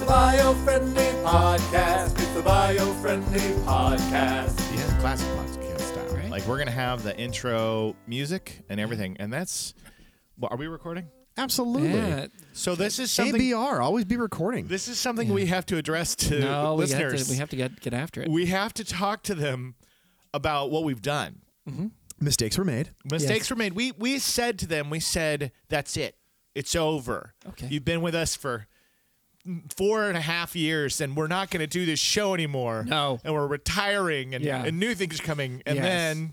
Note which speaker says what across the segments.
Speaker 1: bio-friendly podcast. It's the bio-friendly podcast.
Speaker 2: Yeah, classic podcast style.
Speaker 3: Right.
Speaker 2: Like we're gonna have the intro music and everything, and that's. Well, are we recording?
Speaker 4: Absolutely.
Speaker 2: Uh,
Speaker 3: Yeah.
Speaker 2: So this is something.
Speaker 4: ABR, always be recording.
Speaker 2: This is something we have to address to
Speaker 3: No, we have,
Speaker 2: listeners.
Speaker 3: to, we have to get get after it.
Speaker 2: We have to talk to them about what we've done.
Speaker 4: Mistakes were made.
Speaker 2: Mistakes
Speaker 3: Yes.
Speaker 2: were made. We we said to them, we said, "That's it. It's over.
Speaker 3: Okay.
Speaker 2: You've been with us for." Four and a half years, and we're not going to do this show anymore.
Speaker 3: No.
Speaker 2: and we're retiring, and,
Speaker 3: Yeah.
Speaker 2: and new things are coming. And
Speaker 3: Yes.
Speaker 2: then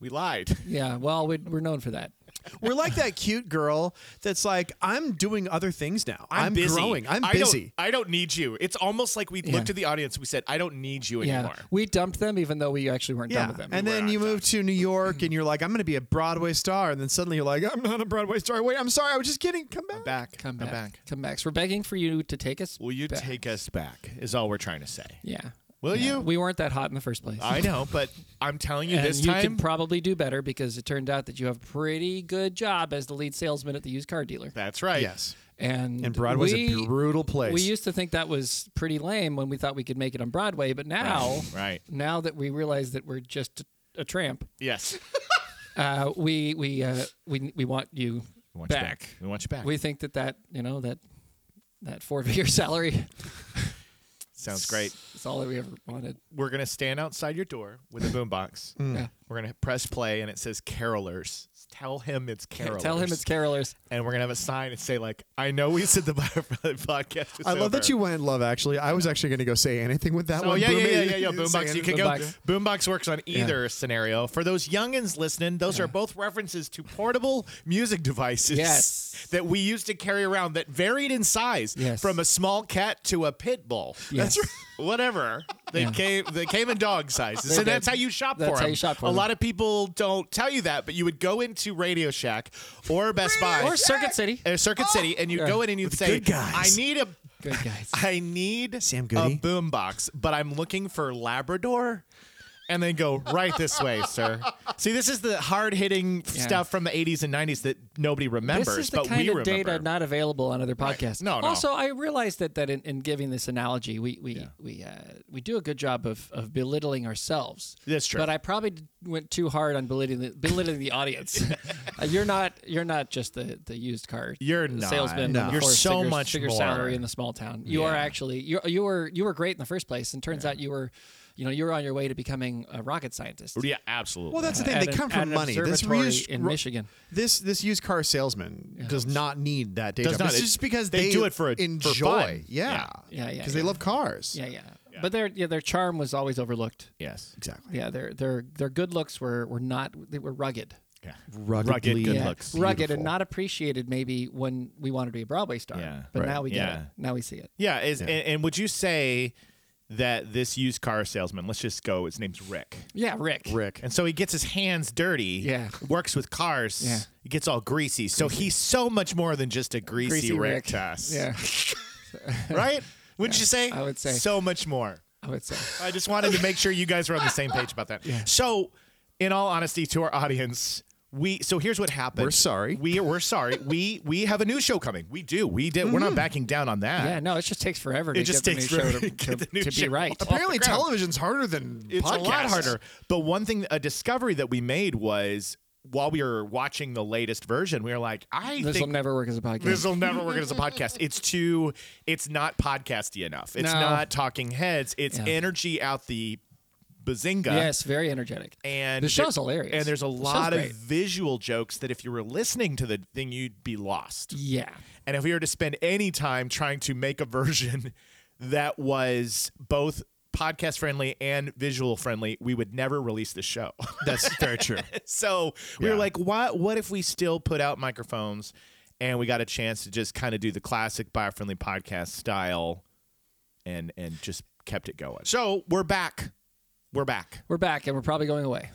Speaker 2: we lied.
Speaker 3: yeah, well, we, we're known for that.
Speaker 4: We're like that cute girl that's like, I'm doing other things now. I'm,
Speaker 2: busy.
Speaker 4: growing. I'm
Speaker 2: I don't-
Speaker 4: busy.
Speaker 2: I don't need you. It's almost like we
Speaker 3: Yeah.
Speaker 2: looked at the audience. We said, "I don't need you
Speaker 3: Yeah,
Speaker 2: anymore."
Speaker 3: we dumped them even though we actually weren't done with them.
Speaker 4: And
Speaker 2: We were
Speaker 4: then
Speaker 2: not
Speaker 4: you move to New York and you're like, I'm going to be a Broadway star. And then suddenly you're like, I'm not a Broadway star. Wait, I'm sorry. I was just kidding. Come back.
Speaker 2: Back,
Speaker 3: come
Speaker 2: I'm
Speaker 3: back, come back. So we're begging for you to take us.
Speaker 2: Will you
Speaker 3: back.
Speaker 2: take us back? Is all we're trying to say.
Speaker 3: Yeah.
Speaker 2: Will
Speaker 3: Yeah.
Speaker 2: you?
Speaker 3: We weren't that hot in the first place.
Speaker 2: I know, but I'm telling you
Speaker 3: and
Speaker 2: this
Speaker 3: you
Speaker 2: time.
Speaker 3: could probably do better because it turned out that you have a pretty good job as the lead salesman at the used car dealer.
Speaker 2: that's right.
Speaker 4: Yes.
Speaker 3: And,
Speaker 4: And Broadway's
Speaker 3: we-
Speaker 4: a brutal place.
Speaker 3: We used to think that was pretty lame when we thought we could make it on Broadway, but now,
Speaker 2: Right.
Speaker 3: now that we realize that we're just a tramp,
Speaker 2: Yes.
Speaker 3: uh, we we uh, we we want you
Speaker 2: We want you
Speaker 3: back.
Speaker 2: We want you back.
Speaker 3: We think that that you know that that four figure salary
Speaker 2: Sounds great.
Speaker 3: is all that we ever wanted.
Speaker 2: We're gonna stand outside your door with a boombox.
Speaker 4: Mm.
Speaker 3: Yeah.
Speaker 2: We're gonna press play, and it says "Carolers." Tell him it's Carolers.
Speaker 3: Tell him it's carolers.
Speaker 2: And we're gonna have a sign and say like, "I know we said the podcast." Is
Speaker 4: I love that
Speaker 2: over."
Speaker 4: you went in love, actually. I was actually going to go say anything with that
Speaker 2: Oh
Speaker 4: one.
Speaker 2: yeah, yeah,
Speaker 4: Boom,
Speaker 2: yeah,
Speaker 4: you-
Speaker 2: yeah, yeah.
Speaker 4: you didn't say
Speaker 2: Boombox. You
Speaker 4: anything.
Speaker 2: could go.
Speaker 3: Boombox.
Speaker 2: Boombox works on either scenario. For those youngins listening, those are both references to portable music devices
Speaker 3: Yes.
Speaker 2: that we used to carry around that varied in size
Speaker 3: Yes.
Speaker 2: from a small cat to a pit bull.
Speaker 3: Yes.
Speaker 2: Whatever they
Speaker 3: Yeah.
Speaker 2: came, they came in dog sizes,
Speaker 3: They
Speaker 2: and that's
Speaker 3: did.
Speaker 2: how you shop
Speaker 3: That's
Speaker 2: for
Speaker 3: how
Speaker 2: them.
Speaker 3: you shop for
Speaker 2: a
Speaker 3: them.
Speaker 2: lot of people don't tell you that, but you would go into Radio Shack or Best Buy
Speaker 3: Or Circuit City.
Speaker 2: or Circuit City, and you would
Speaker 3: Yeah.
Speaker 2: go in and you'd say,
Speaker 4: good guys.
Speaker 2: "I need a
Speaker 3: Good guys.
Speaker 2: I need
Speaker 4: Sam Goody?
Speaker 2: a boombox, but I'm looking for Labrador. And then go right this way, sir. See, this is the hard hitting stuff from the 80s and 90s that nobody remembers,
Speaker 3: This is the
Speaker 2: but
Speaker 3: kind
Speaker 2: we
Speaker 3: of
Speaker 2: remember.
Speaker 3: data not available on other podcasts.
Speaker 2: No, no.
Speaker 3: Also, I realized that that in, in giving this analogy, we we we uh, we do a good job of, of belittling ourselves.
Speaker 2: That's true.
Speaker 3: But I probably d- went too hard on belittling the, belittling the audience. Uh, you're not you're not just the, the used car
Speaker 2: You're not.
Speaker 3: salesman. and
Speaker 2: No.
Speaker 3: the
Speaker 2: You're
Speaker 3: four
Speaker 2: so
Speaker 3: figures-
Speaker 2: much
Speaker 3: figure
Speaker 2: more.
Speaker 3: salary in the small town. You are
Speaker 2: Yeah.
Speaker 3: actually you you were you were great in the first place, and turns out you were. You know, you were on your way to becoming a rocket scientist.
Speaker 2: yeah, absolutely.
Speaker 4: Well, that's the thing.
Speaker 3: At
Speaker 4: They
Speaker 3: an-
Speaker 4: come
Speaker 3: at
Speaker 4: from
Speaker 3: an
Speaker 4: money. This
Speaker 3: observatory
Speaker 4: used
Speaker 3: in
Speaker 4: ro-
Speaker 3: Michigan.
Speaker 4: This this used car salesman does not need that day
Speaker 2: Does
Speaker 4: job.
Speaker 2: not.
Speaker 4: It's
Speaker 2: It-
Speaker 4: just because
Speaker 2: they
Speaker 4: they,
Speaker 2: do it for a- for
Speaker 4: enjoy.
Speaker 2: fun.
Speaker 4: Yeah,
Speaker 3: Yeah. Yeah, yeah,
Speaker 4: Because
Speaker 3: yeah.
Speaker 4: they love cars.
Speaker 3: Yeah, yeah, But their yeah, their charm was always overlooked.
Speaker 2: yes.
Speaker 4: exactly.
Speaker 3: Yeah, their their their good looks were were not they were rugged.
Speaker 2: Yeah.
Speaker 4: Ruggedly
Speaker 2: good
Speaker 3: yeah.
Speaker 2: looks.
Speaker 3: rugged
Speaker 4: Beautiful.
Speaker 3: and not appreciated maybe when we wanted to be a Broadway star.
Speaker 2: Yeah.
Speaker 3: but
Speaker 2: Right.
Speaker 3: now we get
Speaker 2: Yeah.
Speaker 3: it. Now we see it.
Speaker 2: Yeah, is, And, and would you say that this used car salesman, let's just go, his name's Rick.
Speaker 3: Yeah, Rick.
Speaker 4: Rick.
Speaker 2: And so he gets his hands dirty.
Speaker 3: Yeah.
Speaker 2: Works with cars.
Speaker 3: Yeah.
Speaker 2: He gets all greasy. So he's so much more than just a greasy,
Speaker 3: Greasy
Speaker 2: Rick,
Speaker 3: Rick.
Speaker 2: to us.
Speaker 3: Yeah,
Speaker 2: Right? Wouldn't you say?
Speaker 3: I would say.
Speaker 2: So much more.
Speaker 3: I would say.
Speaker 2: I just wanted to make sure you guys were on the same page about that. So, in all honesty, to our audience, we so here's what happened.
Speaker 4: We're sorry.
Speaker 2: We we're sorry. we we have a new show coming. We do. We did. We're not backing down on that.
Speaker 3: Mm-hmm. Yeah, no, it just takes forever to
Speaker 2: It just
Speaker 3: get
Speaker 2: takes
Speaker 3: the new
Speaker 2: forever
Speaker 3: show
Speaker 2: to
Speaker 3: to,
Speaker 2: get the
Speaker 3: to,
Speaker 2: new
Speaker 3: to
Speaker 2: show
Speaker 3: be right.
Speaker 2: up.
Speaker 4: Apparently,
Speaker 2: ground.
Speaker 4: television's harder than
Speaker 2: It's a lot
Speaker 4: podcasts.
Speaker 2: harder. But one thing, a discovery that we made was while we were watching the latest version, we were like, I
Speaker 3: This will
Speaker 2: think
Speaker 3: never work as a podcast.
Speaker 2: this will never work as a podcast. It's too, it's not podcasty enough. It's
Speaker 3: No.
Speaker 2: not talking heads. It's
Speaker 3: Yeah.
Speaker 2: energy out the bazinga.
Speaker 3: yes, very energetic.
Speaker 2: And
Speaker 3: The show's
Speaker 2: there-
Speaker 3: hilarious.
Speaker 2: And there's a
Speaker 3: The show's
Speaker 2: lot of
Speaker 3: great.
Speaker 2: visual jokes that if you were listening to the thing, you'd be lost.
Speaker 3: Yeah,
Speaker 2: And if we were to spend any time trying to make a version that was both podcast friendly and visual friendly, we would never release the show.
Speaker 4: That's very true.
Speaker 2: so we were
Speaker 4: Yeah.
Speaker 2: like, what what if we still put out microphones and we got a chance to just kind of do the classic bio-friendly podcast style and and just kept it going. So we're back. We're back.
Speaker 3: we're back and we're probably going away.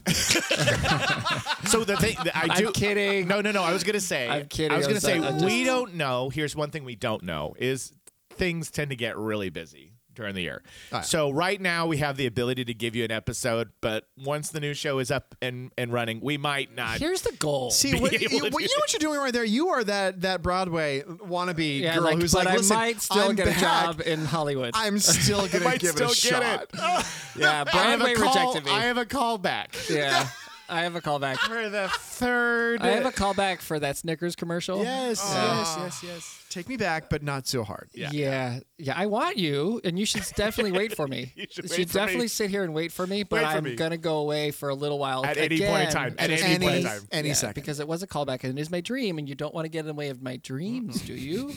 Speaker 2: So the thing that I
Speaker 3: I'm
Speaker 2: do
Speaker 3: kidding.
Speaker 2: No, no, no. I was gonna say.
Speaker 3: I'm kidding.
Speaker 2: I was
Speaker 3: I
Speaker 2: gonna
Speaker 3: was
Speaker 2: say
Speaker 3: like, I
Speaker 2: we
Speaker 3: just-
Speaker 2: don't know. Here's one thing we don't know is things tend to get really busy during the year.
Speaker 3: Oh,
Speaker 4: All right.
Speaker 2: So right now we have the ability to give you an episode, but once the new show is up and and running, we might not.
Speaker 3: Here's the goal.
Speaker 4: See, what,
Speaker 2: able
Speaker 4: you,
Speaker 2: to
Speaker 4: what, you know
Speaker 2: do
Speaker 4: what you're doing right there? You are that that Broadway wannabe
Speaker 3: yeah,
Speaker 4: girl
Speaker 3: like,
Speaker 4: who's
Speaker 3: but
Speaker 4: like, listen,
Speaker 3: I might still
Speaker 4: I'm
Speaker 3: get
Speaker 4: back.
Speaker 3: a job in Hollywood.
Speaker 4: I'm still gonna
Speaker 2: might
Speaker 4: give it a
Speaker 2: still get
Speaker 4: shot.
Speaker 2: it.
Speaker 3: yeah,
Speaker 2: I have a
Speaker 3: Broadway
Speaker 2: call-
Speaker 3: rejected me.
Speaker 2: I have a callback
Speaker 3: yeah, I have a callback.
Speaker 2: for the third.
Speaker 3: I have a callback for that Snickers commercial.
Speaker 2: yes,
Speaker 4: Oh.
Speaker 2: yes, yes, yes.
Speaker 4: Take me back, but not so hard.
Speaker 2: Yeah.
Speaker 3: Yeah. yeah, I want you, and you should definitely wait for me.
Speaker 2: You should wait for me.
Speaker 3: definitely sit here and wait for me, but
Speaker 2: Wait for
Speaker 3: I'm
Speaker 2: me.
Speaker 3: gonna go away for a little while
Speaker 2: At any point in
Speaker 3: again,
Speaker 2: time. At
Speaker 3: just
Speaker 2: any point in
Speaker 3: because-
Speaker 2: time.
Speaker 4: Any
Speaker 3: yeah,
Speaker 4: second.
Speaker 3: because it was a callback and it is my dream, and you don't want to get in the way of my dreams, do you?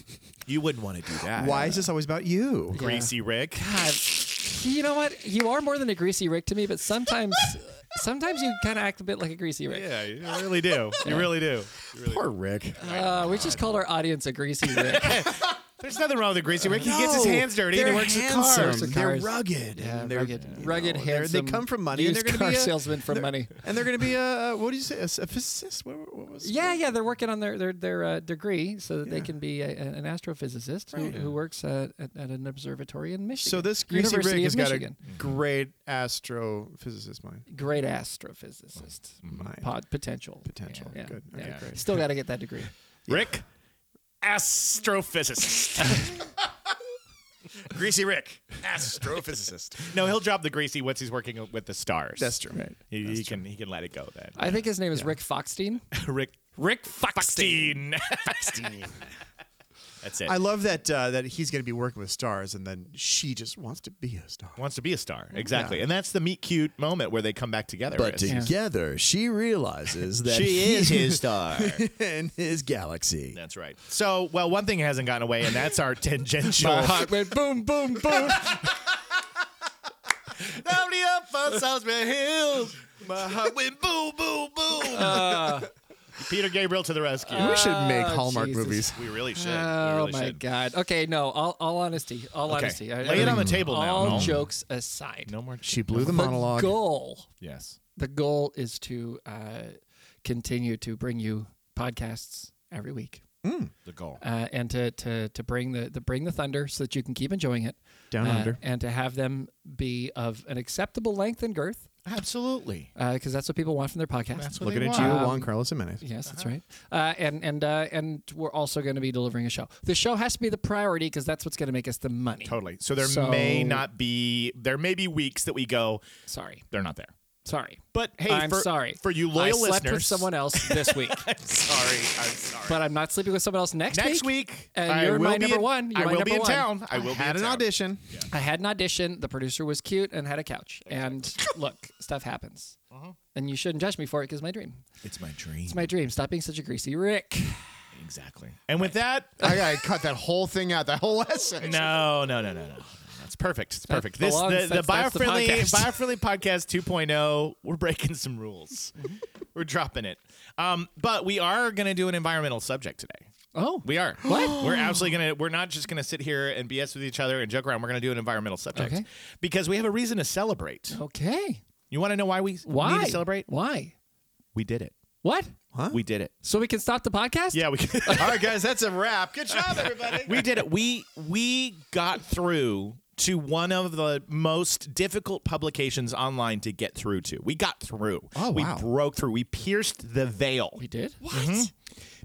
Speaker 2: You wouldn't want to do that.
Speaker 4: Why is this always about you?
Speaker 3: Yeah.
Speaker 2: greasy Rick?
Speaker 3: God, you know what? You are more than a greasy Rick to me, but sometimes, sometimes you kind of act a bit like a greasy Rick.
Speaker 2: Yeah, you really do. You really do. You really-
Speaker 4: Poor Rick.
Speaker 3: Uh, we just called our audience a greasy Rick.
Speaker 2: There's nothing wrong with a greasy Rick. He gets his
Speaker 4: No,
Speaker 2: hands dirty and he
Speaker 4: they're
Speaker 2: works with
Speaker 4: handsome.
Speaker 2: cars.
Speaker 3: Works with
Speaker 4: They're
Speaker 3: cars.
Speaker 4: rugged.
Speaker 3: Yeah,
Speaker 4: and they're,
Speaker 3: rugged,
Speaker 4: you know,
Speaker 3: rugged,
Speaker 4: they're-
Speaker 3: handsome.
Speaker 4: They come from money, and
Speaker 3: used
Speaker 4: they're going to
Speaker 3: car
Speaker 4: be a,
Speaker 3: salesman for money.
Speaker 4: and they're going to be a, a what do you say a, a physicist? What, what was?
Speaker 3: Yeah, yeah, they're working on their their their uh, degree so that they can be a, a- an astrophysicist who, who works at, at, at an observatory in Michigan.
Speaker 4: So this greasy
Speaker 3: University
Speaker 4: Rick
Speaker 3: of
Speaker 4: has got a
Speaker 3: Michigan.
Speaker 4: great astrophysicist mind,
Speaker 3: great astrophysicist
Speaker 4: mind
Speaker 3: pod potential.
Speaker 4: Mm. potential.
Speaker 3: Yeah,
Speaker 4: Good.
Speaker 3: yeah.
Speaker 4: Okay, great.
Speaker 3: Still got to get that degree.
Speaker 2: Rick, astrophysicist.
Speaker 1: Greasy Rick.
Speaker 2: astrophysicist. No, he'll drop the greasy once he's working with the stars.
Speaker 4: That's true.
Speaker 2: He, he can he can let it go then.
Speaker 3: I think his name is Rick Foxstein.
Speaker 2: Rick Rick Foxstein. Foxstein. That's it.
Speaker 4: I love that uh, that he's going to be working with stars, and then she just wants to be a star.
Speaker 2: Wants to be a star. Exactly. And that's the meet cute moment where they come back together. is-
Speaker 5: together, she realizes that
Speaker 2: she is his star.
Speaker 5: in his galaxy.
Speaker 2: that's right. So, well, one thing hasn't gone away, and that's our tangential.
Speaker 3: Heart went boom, boom, boom.
Speaker 2: Lovely up on Salisbury Hills. My heart went boom, boom, boom. Peter Gabriel to the rescue.
Speaker 4: we should make Hallmark
Speaker 3: Ah, Jesus.
Speaker 4: movies.
Speaker 2: we really should. we
Speaker 3: Oh
Speaker 2: really
Speaker 3: my
Speaker 2: should.
Speaker 3: God. Okay, no. All, all honesty. All
Speaker 2: Okay.
Speaker 3: honesty. I-
Speaker 2: Lay it on the
Speaker 3: everything-
Speaker 2: table now.
Speaker 3: All
Speaker 2: no.
Speaker 3: jokes aside.
Speaker 2: No more. Ch-
Speaker 4: She blew the
Speaker 3: the
Speaker 4: monologue.
Speaker 3: goal
Speaker 2: yes.
Speaker 3: the goal is to uh, continue to bring you podcasts every week
Speaker 2: The goal.
Speaker 3: uh, and to, to, to bring the, the bring the thunder so that you can keep enjoying it
Speaker 4: Down
Speaker 3: uh,
Speaker 4: under.
Speaker 3: and to have them be of an acceptable length and girth
Speaker 2: Absolutely.
Speaker 3: because that's what people want from their podcast.
Speaker 2: That's what Uh-huh.
Speaker 4: Looking
Speaker 2: they
Speaker 4: at
Speaker 2: want.
Speaker 4: you,
Speaker 3: Um,
Speaker 4: Juan Carlos Jimenez.
Speaker 3: Yes, that's right. Uh, and and uh, and we're also going to be delivering a show. The show has to be the priority because that's what's going to make us the money.
Speaker 2: Totally. So there
Speaker 3: So-
Speaker 2: may not be. There may be weeks that we go.
Speaker 3: Sorry,
Speaker 2: They're not there.
Speaker 3: sorry.
Speaker 2: But hey,
Speaker 3: I'm
Speaker 2: for,
Speaker 3: sorry
Speaker 2: for you loyal
Speaker 3: I slept
Speaker 2: listeners.
Speaker 3: with someone else this week,
Speaker 2: I'm sorry. I'm sorry.
Speaker 3: but I'm not sleeping with someone else next,
Speaker 2: Next week,
Speaker 3: and
Speaker 2: I
Speaker 3: you're
Speaker 2: will
Speaker 3: my
Speaker 2: be
Speaker 3: number
Speaker 2: in-
Speaker 3: one. You're
Speaker 2: I
Speaker 3: my
Speaker 2: will
Speaker 3: number
Speaker 2: be in
Speaker 3: one.
Speaker 2: town. I will be
Speaker 4: Had
Speaker 2: in
Speaker 4: an
Speaker 2: town.
Speaker 4: audition.
Speaker 3: I had an audition. The producer was cute and had a couch. And look, stuff happens.
Speaker 2: Uh-huh.
Speaker 3: And you shouldn't judge me for it because my dream.
Speaker 2: It's my dream.
Speaker 3: It's my dream. Stop being such a greasy Rick.
Speaker 2: exactly. And with that,
Speaker 4: I gotta cut that whole thing out. That whole essay.
Speaker 2: No, no, no, no, no. That's perfect. It's perfect. This
Speaker 3: belongs-
Speaker 2: the, the
Speaker 3: that's- that's the
Speaker 2: biofriendly
Speaker 3: podcast.
Speaker 2: biofriendly podcast 2.0. We're breaking some rules.
Speaker 3: Mm-hmm.
Speaker 2: we're dropping it. Um, but we are going to do an environmental subject today.
Speaker 3: Oh,
Speaker 2: We are.
Speaker 3: What?
Speaker 2: We're absolutely gonna. We're not just gonna sit here and BS with each other and joke around. We're gonna do an environmental subject
Speaker 3: Okay.
Speaker 2: because we have a reason to celebrate.
Speaker 3: okay.
Speaker 2: You want to know why we
Speaker 3: Why?
Speaker 2: need to celebrate?
Speaker 3: Why?
Speaker 2: We did it.
Speaker 3: What?
Speaker 2: We did it.
Speaker 3: So we can stop the podcast?
Speaker 2: Yeah, we.
Speaker 4: All right, guys, that's a wrap. Good job, everybody.
Speaker 2: we did it. We we got through to one of the most difficult publications online to get through to. We got through.
Speaker 4: Oh,
Speaker 2: we
Speaker 4: wow.
Speaker 2: broke through. We pierced the veil
Speaker 3: We did? What?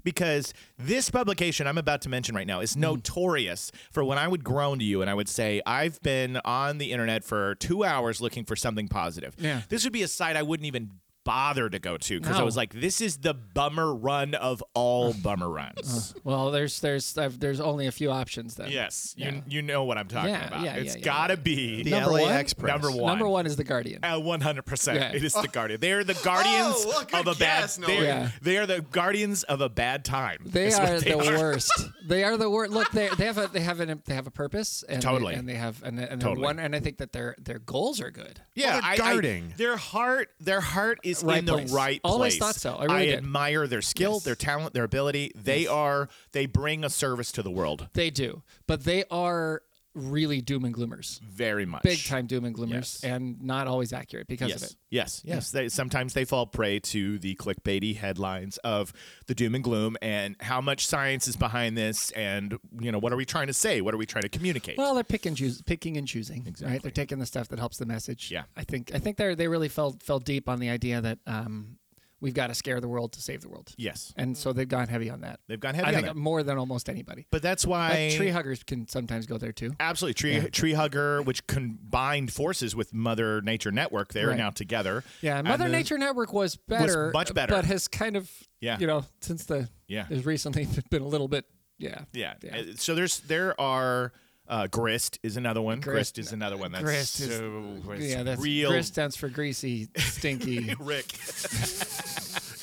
Speaker 2: because this publication I'm about to mention right now
Speaker 3: Hmm.
Speaker 2: is notorious for when I would groan to you and I would say, I've been on the internet for two hours looking for something positive.
Speaker 3: Yeah.
Speaker 2: This would be a site I wouldn't even bother to go to because I
Speaker 3: No.
Speaker 2: was like, this is the bummer run of all bummer runs.
Speaker 3: Well, there's there's uh, there's only a few options then.
Speaker 2: Yes, you,
Speaker 3: Yeah.
Speaker 2: you know what I'm talking
Speaker 3: Yeah,
Speaker 2: about.
Speaker 3: yeah,
Speaker 2: It's
Speaker 3: yeah, yeah,
Speaker 2: got to
Speaker 3: yeah.
Speaker 2: be
Speaker 4: the
Speaker 3: Number
Speaker 4: LA
Speaker 3: one?
Speaker 4: Express.
Speaker 2: number one.
Speaker 3: Number one is the Guardian.
Speaker 2: Uh, 100%.
Speaker 3: Yeah. Oh,
Speaker 2: It is the Guardian. They are the guardians
Speaker 4: well, good
Speaker 2: of a
Speaker 4: guess,
Speaker 2: bad
Speaker 4: Nolan.
Speaker 2: they,
Speaker 3: Yeah.
Speaker 2: they are the guardians of a bad time.
Speaker 3: They
Speaker 2: is what
Speaker 3: are
Speaker 2: they
Speaker 3: the worst. They are the worst. Look, they, they have a they have an they have a purpose and they-
Speaker 2: Totally.
Speaker 3: and they have and, and
Speaker 2: Totally.
Speaker 3: totally. one and I think that their their goals are good.
Speaker 2: Yeah,
Speaker 4: Well, they're
Speaker 2: I- I-
Speaker 4: guarding.
Speaker 2: their heart, their heart is
Speaker 3: Right
Speaker 2: in the
Speaker 3: place.
Speaker 2: right place.
Speaker 3: Always thought so. I really did.
Speaker 2: admire their skill,
Speaker 3: Yes.
Speaker 2: their talent, their ability. They are. They bring a service to the world.
Speaker 3: They do, but they are really doom and gloomers,
Speaker 2: very much
Speaker 3: big time doom and gloomers,
Speaker 2: Yes.
Speaker 3: and not always accurate because
Speaker 2: Yes.
Speaker 3: of it.
Speaker 2: yes, yes, They, sometimes they fall prey to the clickbaity headlines of the doom and gloom and how much science is behind this, and you know what are we trying to say? What are we trying to communicate?
Speaker 3: Well, they're pick and choose, picking and choosing.
Speaker 2: Exactly.
Speaker 3: Right? They're taking the stuff that helps the message.
Speaker 2: Yeah.
Speaker 3: I think I think they they really fell fell deep on the idea that um, we've got to scare the world to save the world.
Speaker 2: yes,
Speaker 3: And so they've gone heavy on that.
Speaker 2: they've gone heavy
Speaker 3: I
Speaker 2: on
Speaker 3: think
Speaker 2: that.
Speaker 3: more than almost anybody.
Speaker 2: But that's why
Speaker 3: Like tree huggers can sometimes go there too.
Speaker 2: Absolutely, tree tree hugger, which combined forces with Mother Nature Network, they are
Speaker 3: Right.
Speaker 2: now together.
Speaker 3: Yeah,
Speaker 2: And
Speaker 3: Mother
Speaker 2: the-
Speaker 3: Nature Network was better, uh,
Speaker 2: much better.
Speaker 3: but has kind of
Speaker 2: Yeah.
Speaker 3: you know since the
Speaker 2: Yeah.
Speaker 3: has recently been a little bit yeah
Speaker 2: Yeah. Uh, So there's there are uh, grist is another one. Grist,
Speaker 3: Grist-
Speaker 2: is another one. That's
Speaker 3: Grist is-
Speaker 2: so it's
Speaker 3: yeah that's
Speaker 2: real
Speaker 3: grist stands for greasy stinky
Speaker 2: Rick.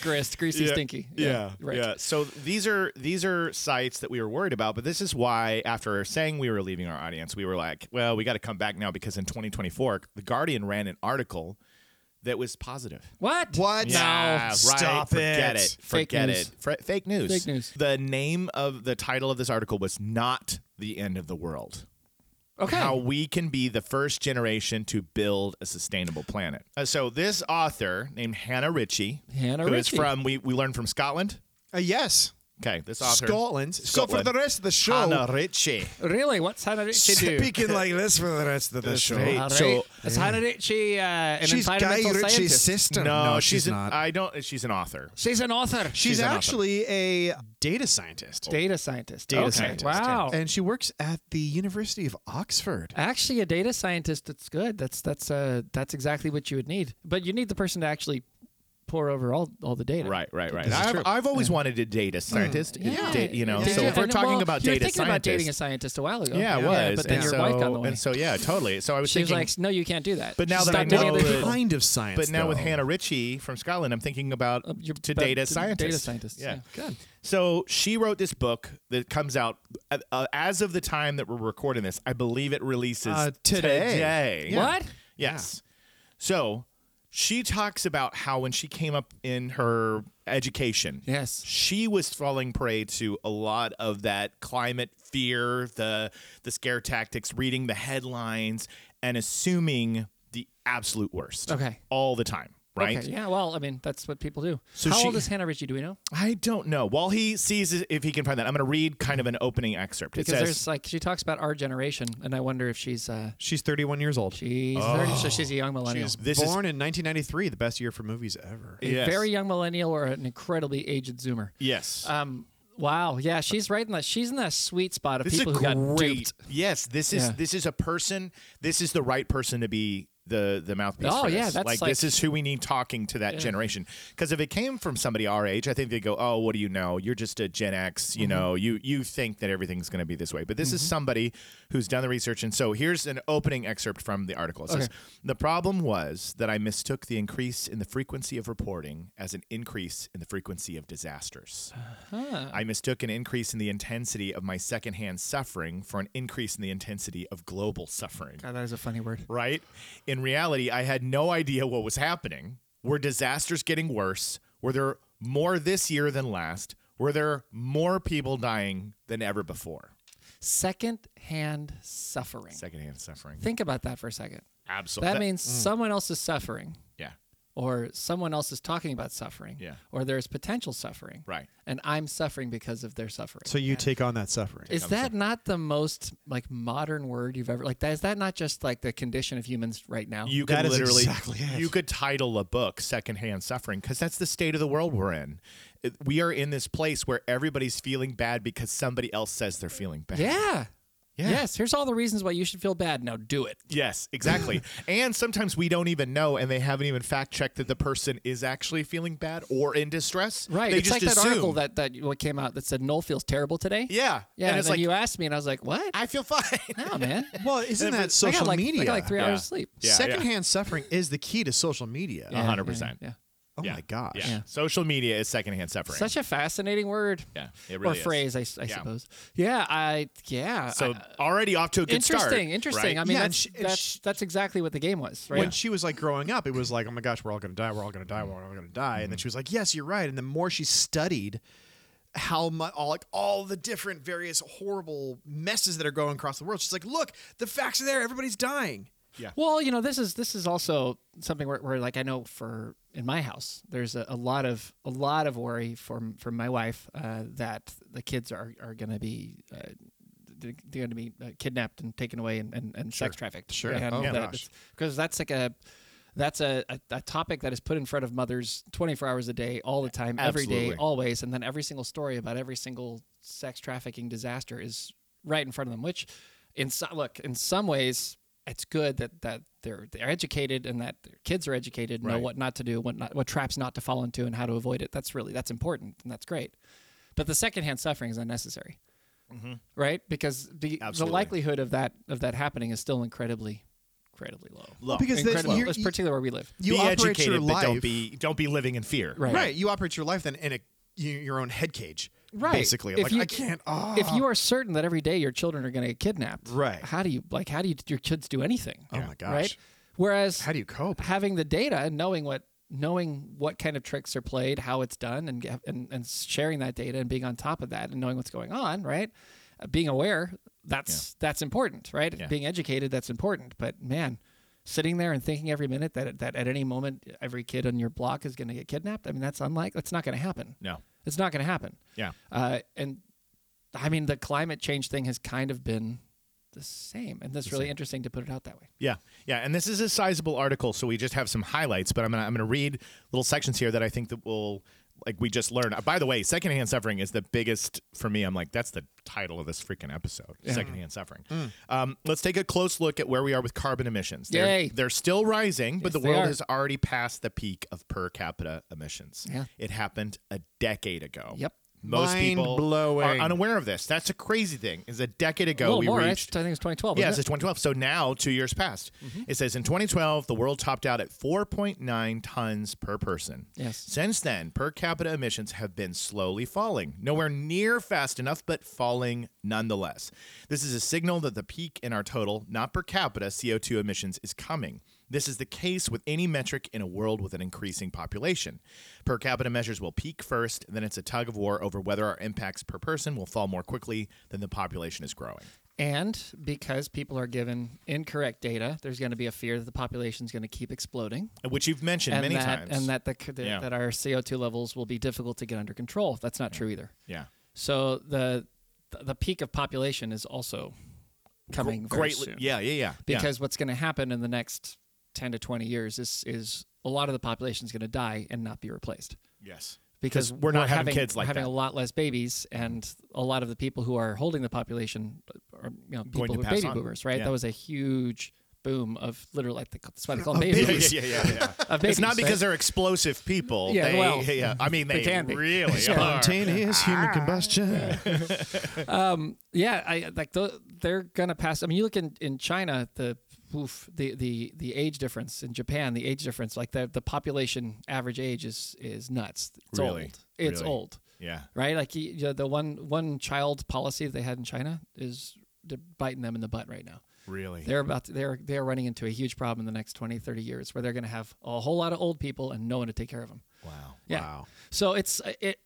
Speaker 3: grist greasy
Speaker 2: Yeah,
Speaker 3: stinky right
Speaker 2: yeah. So these are these are sites that we were worried about, but this is why after saying we were leaving our audience, we were like, well, we got to come back now because in 2024, the Guardian ran an article that was positive.
Speaker 3: what
Speaker 4: What?
Speaker 2: Yeah, right.
Speaker 4: Stop
Speaker 2: Forget
Speaker 4: it.
Speaker 2: it.
Speaker 3: Fake
Speaker 2: Forget
Speaker 3: news.
Speaker 2: it. Fra- fake news.
Speaker 3: Fake news.
Speaker 2: The name of the title of this article was not the end of the world.
Speaker 3: okay
Speaker 2: How we can be the first generation to build a sustainable planet. Uh, so this author named Hannah Ritchie,
Speaker 3: Hannah
Speaker 2: who is
Speaker 3: Ritchie.
Speaker 2: from we we learned from Scotland.
Speaker 4: Uh, yes.
Speaker 2: Okay, this author
Speaker 4: Scotland. So for
Speaker 2: Scotland.
Speaker 4: the rest of the show,
Speaker 2: Hannah Ritchie.
Speaker 3: really what's Hannah Ritchie do
Speaker 4: speaking like this for the rest of the show.
Speaker 2: right.
Speaker 3: All
Speaker 2: so-
Speaker 3: right. is Hannah Ritchie uh, an
Speaker 4: She's Guy
Speaker 3: environmental
Speaker 4: Ritchie's
Speaker 3: scientist
Speaker 4: sister.
Speaker 2: No,
Speaker 4: she's,
Speaker 2: she's, an,
Speaker 4: not.
Speaker 2: I don't. She's an author.
Speaker 3: she's an author
Speaker 4: she's,
Speaker 2: she's an author.
Speaker 4: actually a data scientist,
Speaker 3: data scientist
Speaker 2: Data
Speaker 3: okay.
Speaker 2: scientist,
Speaker 3: wow
Speaker 4: and she works at the University of Oxford.
Speaker 3: Actually, a data scientist. That's good. That's that's uh that's exactly what you would need. But you need the person to actually pour over all all the data.
Speaker 2: Right, right, right.
Speaker 3: This is
Speaker 2: I've,
Speaker 3: true. Mm.
Speaker 2: I've always wanted a data scientist.
Speaker 3: Yeah.
Speaker 2: Da- you know,
Speaker 3: Did
Speaker 2: so
Speaker 3: you-
Speaker 2: if we're
Speaker 3: and,
Speaker 2: talking
Speaker 3: well,
Speaker 2: about
Speaker 3: you were
Speaker 2: data
Speaker 3: thinking about dating a
Speaker 2: scientists.
Speaker 3: scientist a while ago.
Speaker 2: Yeah, I was.
Speaker 3: but then
Speaker 2: and
Speaker 3: your
Speaker 2: so,
Speaker 3: wife got in the way.
Speaker 2: And so, yeah, totally. So I was
Speaker 3: she was
Speaker 2: thinking.
Speaker 3: like, "No, you can't do that."
Speaker 2: But now
Speaker 3: She's
Speaker 2: that I
Speaker 3: not dating
Speaker 2: know-
Speaker 4: What
Speaker 3: other people.
Speaker 4: kind of science?
Speaker 2: but now with
Speaker 4: though?
Speaker 2: Hannah Ritchie from Scotland, I'm thinking about
Speaker 3: Uh, you're-
Speaker 2: to
Speaker 3: but
Speaker 2: data
Speaker 3: to
Speaker 2: scientists.
Speaker 3: Data scientists.
Speaker 2: Yeah.
Speaker 3: Yeah. Good.
Speaker 2: So she wrote this book that comes out uh, uh, as of the time that we're recording this. I believe it releases
Speaker 4: Uh, today.
Speaker 2: today.
Speaker 4: Yeah.
Speaker 3: What?
Speaker 2: Yes. So she talks about how when she came up in her education,
Speaker 3: Yes.
Speaker 2: she was falling prey to a lot of that climate fear, the the scare tactics, reading the headlines and assuming the absolute worst.
Speaker 3: Okay.
Speaker 2: All the time, right?
Speaker 3: Okay. Yeah. Well, I mean, that's what people do.
Speaker 2: So
Speaker 3: How
Speaker 2: she-
Speaker 3: old is Hannah Ritchie? Do we know?
Speaker 2: I don't know. While he sees it- if he can find that, I'm going to read kind of an opening excerpt.
Speaker 3: Because
Speaker 2: it says,
Speaker 3: there's like she talks about our generation, and I wonder if she's uh
Speaker 4: she's 31 years old. She
Speaker 3: she's
Speaker 2: Oh.
Speaker 3: 30, so she's a young millennial.
Speaker 4: was
Speaker 2: This is-
Speaker 4: born in 1993, the best year for movies ever.
Speaker 3: a
Speaker 2: Yes.
Speaker 3: very young millennial or an incredibly aged Zoomer.
Speaker 2: "Yes,
Speaker 3: Um. Wow. Yeah, she's right in that. She's in that sweet spot of
Speaker 2: this
Speaker 3: people
Speaker 2: is
Speaker 3: who
Speaker 2: a great.
Speaker 3: got duped.
Speaker 2: Yes, this is
Speaker 3: Yeah.
Speaker 2: this is a person. This is the right person to be the the mouthpiece.
Speaker 3: Oh,
Speaker 2: for
Speaker 3: yeah,
Speaker 2: this.
Speaker 3: that's
Speaker 2: like,
Speaker 3: like-
Speaker 2: this is who we need talking to that generation. Because if it came from somebody our age, I think they would go, "Oh, what do you know? You're just a Gen X.
Speaker 3: Mm-hmm.
Speaker 2: You know, you you think that everything's going to be this way." But this is somebody who's done the research. And so here's an opening excerpt from the article. It says,
Speaker 3: Okay.
Speaker 2: "The problem was that I mistook the increase in the frequency of reporting as an increase in the frequency of disasters." I mistook an increase in the intensity of my secondhand suffering for an increase in the intensity of global suffering.
Speaker 3: God, Oh, that is a funny word.
Speaker 2: Right? In reality, I had no idea what was happening. Were disasters getting worse? Were there more this year than last? Were there more people dying than ever before?
Speaker 3: Second-hand suffering.
Speaker 2: Secondhand suffering.
Speaker 3: Think about that for a second.
Speaker 2: Absolutely.
Speaker 3: That means someone else is suffering,
Speaker 2: yeah,
Speaker 3: or someone else is talking about suffering,
Speaker 2: Yeah.
Speaker 3: or there is potential suffering,
Speaker 2: right.
Speaker 3: and I'm suffering because of their suffering.
Speaker 4: So you take on that suffering.
Speaker 3: is that not the most like modern word you've ever like? That, is that not just like the condition of humans right now?
Speaker 2: You
Speaker 4: That
Speaker 2: could
Speaker 4: is
Speaker 2: literally
Speaker 4: exactly it.
Speaker 2: you could title a book "Secondhand Suffering" because that's the state of the world we're in. It- We are in this place where everybody's feeling bad because somebody else says they're feeling bad.
Speaker 3: yeah.
Speaker 2: Yeah.
Speaker 3: Yes. Here's all the reasons why you should feel bad. Now do it.
Speaker 2: Yes, exactly. and sometimes we don't even know, and they haven't even fact checked that the person is actually feeling bad or in distress.
Speaker 3: Right.
Speaker 2: They
Speaker 3: it's
Speaker 2: just
Speaker 3: like that article
Speaker 2: assume.
Speaker 3: that that what came out that said Noel feels terrible today.
Speaker 2: Yeah.
Speaker 3: Yeah.
Speaker 2: And
Speaker 3: And,
Speaker 2: it's
Speaker 3: then
Speaker 2: like
Speaker 3: you asked me, and I was like, "What?
Speaker 2: I feel fine.
Speaker 3: no, man.
Speaker 4: Well, isn't that
Speaker 3: I
Speaker 4: social
Speaker 3: got like,
Speaker 4: media?
Speaker 3: I got like three
Speaker 2: Yeah.
Speaker 3: hours of sleep.
Speaker 2: Yeah, yeah.
Speaker 4: Secondhand suffering is the key to social media.
Speaker 3: Yeah,
Speaker 2: 100%.
Speaker 3: Yeah. yeah.
Speaker 4: Oh
Speaker 2: yeah.
Speaker 4: my gosh.
Speaker 2: Yeah.
Speaker 3: Yeah.
Speaker 2: Social media is secondhand suffering.
Speaker 3: Such a fascinating word.
Speaker 2: yeah. It really
Speaker 3: or
Speaker 2: is.
Speaker 3: phrase, I, s- I
Speaker 2: Yeah.
Speaker 3: suppose. Yeah. I. Yeah.
Speaker 2: So
Speaker 3: I- uh,
Speaker 2: already off to a good
Speaker 3: interesting.
Speaker 2: start. right?
Speaker 3: Interesting. I mean,
Speaker 4: Yeah, and
Speaker 3: that's,
Speaker 4: sh- and
Speaker 3: that's
Speaker 4: sh-
Speaker 3: that's exactly what the game was, right?
Speaker 4: When she was like growing up, it was like, oh
Speaker 2: Mm-hmm.
Speaker 4: my gosh, we're all gonna die, we're all gonna die, we're all gonna die. And then she was like, yes, you're right. And the more she studied how much all like all the different various horrible messes that are going across the world. She's like, look, the facts are there. Everybody's dying.
Speaker 3: Well, you know, this is this is also something where, where like I know for in my house, there's a, a lot of a lot of worry from from my wife uh, that the kids are are going to be. Uh, they're going to be uh, kidnapped and taken away and, and, and sex trafficked. Sure,
Speaker 2: Oh,
Speaker 3: because
Speaker 2: gosh.
Speaker 3: that's like a that's a, a, a topic that is put in front of mothers 24 hours a day, all the time, every day,
Speaker 2: Absolutely.
Speaker 3: always, and then every single story about every single sex trafficking disaster is right in front of them. Which, in so, look, in some ways, it's good that that they're they're educated and that their kids are educated, know
Speaker 2: Right.
Speaker 3: what not to do, what not, what traps not to fall into, and how to avoid it. That's really that's important and that's great. But the secondhand suffering is unnecessary, right? Because the the
Speaker 2: Mm-hmm. Absolutely.
Speaker 3: likelihood of that of that happening is still incredibly, incredibly low.
Speaker 2: Look,
Speaker 4: Because there's-
Speaker 3: Incredibly,
Speaker 4: you're-
Speaker 3: low, it's
Speaker 4: you-
Speaker 3: particularly where we live.
Speaker 4: You
Speaker 2: be
Speaker 4: operate
Speaker 2: educated,
Speaker 4: your
Speaker 2: but
Speaker 4: life.
Speaker 2: don't be don't be living in fear.
Speaker 3: Right.
Speaker 4: Right. You operate your life then in a you, your own head cage.
Speaker 3: Right.
Speaker 4: Basically,
Speaker 3: If
Speaker 4: like
Speaker 3: you-
Speaker 4: I can't. ah.
Speaker 3: if you are certain that every day your children are going to get kidnapped,
Speaker 4: Right.
Speaker 3: How do you like? How do you, your kids do anything?
Speaker 4: Oh my gosh.
Speaker 3: Right. Whereas
Speaker 4: how do you cope?
Speaker 3: having the data and knowing what knowing what kind of tricks are played, how it's done, and get- and and sharing that data and being on top of that and knowing what's going on, right? Uh, being aware that's that's important, right? Being educated that's important. But man, sitting there and thinking every minute that that at any moment every kid on your block is going to get kidnapped. I mean, that's unlike that's not going to happen.
Speaker 2: No.
Speaker 3: It's not going to happen.
Speaker 2: Yeah.
Speaker 3: Uh, and I mean, the climate change thing has kind of been the same, and that's really interesting to put it out that way.
Speaker 2: Yeah, yeah, and this is a sizable article, so we just have some highlights. But I'm gonna I'm gonna read little sections here that I think that will like we just learned. Uh, By the way, secondhand suffering is the biggest for me. I'm like that's the title of this freaking episode. Secondhand suffering.
Speaker 3: Mm.
Speaker 2: Um, let's take a close look at where we are with carbon emissions. They're,
Speaker 3: Yay.
Speaker 2: they're still rising, but
Speaker 3: Yes,
Speaker 2: the
Speaker 3: they
Speaker 2: world
Speaker 3: are.
Speaker 2: has already passed the peak of per capita emissions.
Speaker 3: Yeah.
Speaker 2: it happened a decade ago.
Speaker 3: Yep.
Speaker 2: Most people are
Speaker 4: Mind-blowing.
Speaker 2: unaware of this. That's a crazy thing. Is a decade
Speaker 3: a
Speaker 2: ago
Speaker 3: little
Speaker 2: we
Speaker 3: more. right?
Speaker 2: reached
Speaker 3: I think it Mm-hmm. was 2012.
Speaker 2: Yes,
Speaker 3: wasn't
Speaker 2: it's 2012. So now, two years past. It says in 2012, the world topped out at 4.9 tons per person.
Speaker 3: Yes.
Speaker 2: Since then, per capita emissions have been slowly falling. Nowhere near fast enough, but falling nonetheless. This is a signal that the peak in our total, not per capita, CO2 emissions is coming. This is the case with any metric in a world with an increasing population. Per capita measures will peak first, then it's a tug of war over whether our impacts per person will fall more quickly than the population is growing.
Speaker 3: And because people are given incorrect data, there's going to be a fear that the population is going to keep exploding,
Speaker 2: which you've mentioned
Speaker 3: and
Speaker 2: many
Speaker 3: that
Speaker 2: times.
Speaker 3: and that the, c- the
Speaker 2: Yeah.
Speaker 3: that our CO2 levels will be difficult to get under control. That's not true either.
Speaker 2: yeah,
Speaker 3: So the the peak of population is also coming very
Speaker 2: greatly.
Speaker 3: soon.
Speaker 2: Yeah, yeah, yeah. yeah.
Speaker 3: because what's going to happen in the next 10 to 20 years is is a lot of the population is going to die and not be replaced
Speaker 2: yes,
Speaker 3: because
Speaker 2: 'Cause we're not having kids like
Speaker 3: we're having
Speaker 2: that.
Speaker 3: a lot less babies and a lot of the people who are holding the population uh, are you know people
Speaker 2: to
Speaker 3: who are
Speaker 2: pass
Speaker 3: baby
Speaker 2: on.
Speaker 3: boomers right
Speaker 2: Yeah.
Speaker 3: that was a huge boom of literally like the, that's why they call them
Speaker 4: Of
Speaker 3: babies,
Speaker 4: babies.
Speaker 2: yeah, yeah, yeah. yeah.
Speaker 3: Of
Speaker 2: it's not
Speaker 3: babies, right?
Speaker 2: because they're explosive people.
Speaker 3: Yeah,
Speaker 2: they,
Speaker 3: well,
Speaker 2: yeah. I mean, they,
Speaker 3: can be.
Speaker 2: really are.
Speaker 4: Spontaneous human
Speaker 3: Ah.
Speaker 4: combustion.
Speaker 3: Yeah, I like the, they're gonna pass. I mean, you look in in China, the oof, the the the age difference in Japan, the age difference, like the the population average age is is nuts. It's
Speaker 2: Really?
Speaker 3: old. It's
Speaker 2: Really?
Speaker 3: old,
Speaker 2: Yeah,
Speaker 3: right? Like you, you know, the one one child policy that they had in China is they're biting them in the butt right now.
Speaker 2: really.
Speaker 3: They're about to, they're they're running into a huge problem in the next 20, 30 years where they're gonna have a whole lot of old people and no one to take care of them.
Speaker 2: wow.
Speaker 3: Yeah. So it's uh, it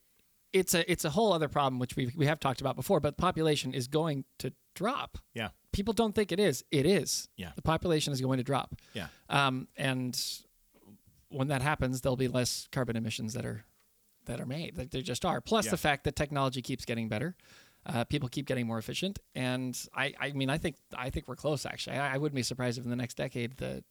Speaker 3: it's a it's a whole other problem which we we have talked about before, but population is going to drop.
Speaker 2: Yeah,
Speaker 3: People don't think it is. It is.
Speaker 2: Yeah.
Speaker 3: The population is going to drop.
Speaker 2: yeah.
Speaker 3: Um, and when that happens, there'll be less carbon emissions that are that are made. Like there just are. Plus
Speaker 2: Yeah.
Speaker 3: the fact that technology keeps getting better. Uh, people keep getting more efficient, and I, I mean, I think I think we're close. Actually, I, I wouldn't be surprised if in the next decade that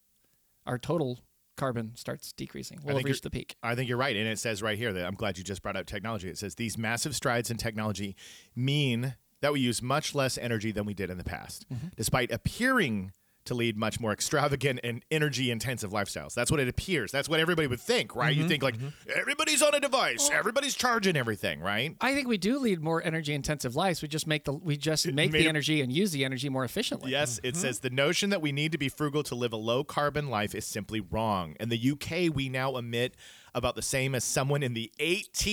Speaker 3: our total carbon starts decreasing. We'll have
Speaker 2: think you're-
Speaker 3: reached the peak.
Speaker 2: I think you're right, and it says right here that I'm glad you just brought up technology. It says these massive strides in technology mean that we use much less energy than we did in the past, despite appearing to lead much more extravagant and energy intensive lifestyles. That's what it appears. That's what everybody would think, right? You think like everybody's on a device, everybody's charging everything, right?
Speaker 3: I think we do lead more energy intensive lives. We just make the we just make
Speaker 2: made it-
Speaker 3: the energy and use the energy more efficiently.
Speaker 2: Yes, it says the notion that we need to be frugal to live a low carbon life is simply wrong. In the UK, we now emit about the same as someone in the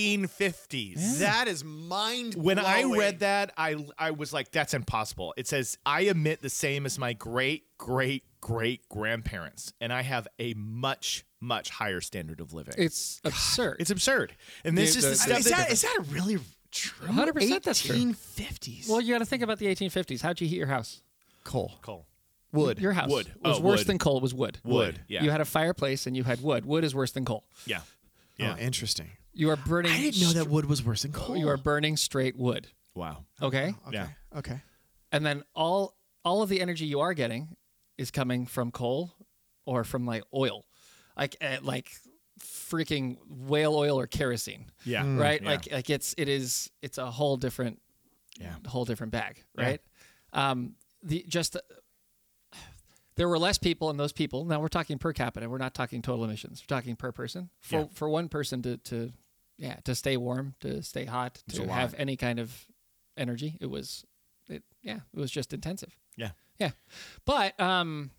Speaker 2: 1850s.
Speaker 4: that is mind.
Speaker 2: when I read that, I I was like, that's impossible. It says I emit the same as my great great great grandparents, and I have a much much higher standard of living.
Speaker 3: It's absurd.
Speaker 2: It's absurd, and this is
Speaker 3: Dude, the-
Speaker 2: the
Speaker 3: the-
Speaker 2: stuff
Speaker 4: is
Speaker 2: that
Speaker 4: that is that really true.
Speaker 3: 100% that's true.
Speaker 4: 1850s.
Speaker 3: Well, you got to think about the 1850s. How'd you heat your house?
Speaker 4: coal.
Speaker 2: Coal.
Speaker 4: Wood.
Speaker 3: Your house
Speaker 2: Wood.
Speaker 3: was
Speaker 2: Oh,
Speaker 3: worse
Speaker 2: wood.
Speaker 3: than coal. It was wood.
Speaker 2: Wood, yeah.
Speaker 3: You had a fireplace and you had wood. Wood is worse than coal.
Speaker 2: Yeah.
Speaker 4: Oh, interesting.
Speaker 3: You are burning.
Speaker 4: I didn't know that
Speaker 3: str-
Speaker 4: wood was worse than coal.
Speaker 3: Oh, You are burning straight wood.
Speaker 2: Wow.
Speaker 3: Okay.
Speaker 4: okay.
Speaker 2: Yeah.
Speaker 4: Okay.
Speaker 3: and then all all of the energy you are getting is coming from coal or from like oil like uh, like freaking whale oil or kerosene
Speaker 2: Yeah.
Speaker 3: Mm. right
Speaker 2: Mm, yeah.
Speaker 3: like like it's it is it's a whole different
Speaker 2: Yeah.
Speaker 3: whole different bag right um the just there were less people and those people now we're talking per capita we're not talking total emissions we're talking per person for
Speaker 2: Yeah.
Speaker 3: for one person to to yeah to stay warm to stay hot
Speaker 2: a
Speaker 3: to
Speaker 2: lot.
Speaker 3: have any kind of energy it was it yeah it was just intensive
Speaker 2: Yeah.
Speaker 3: yeah but um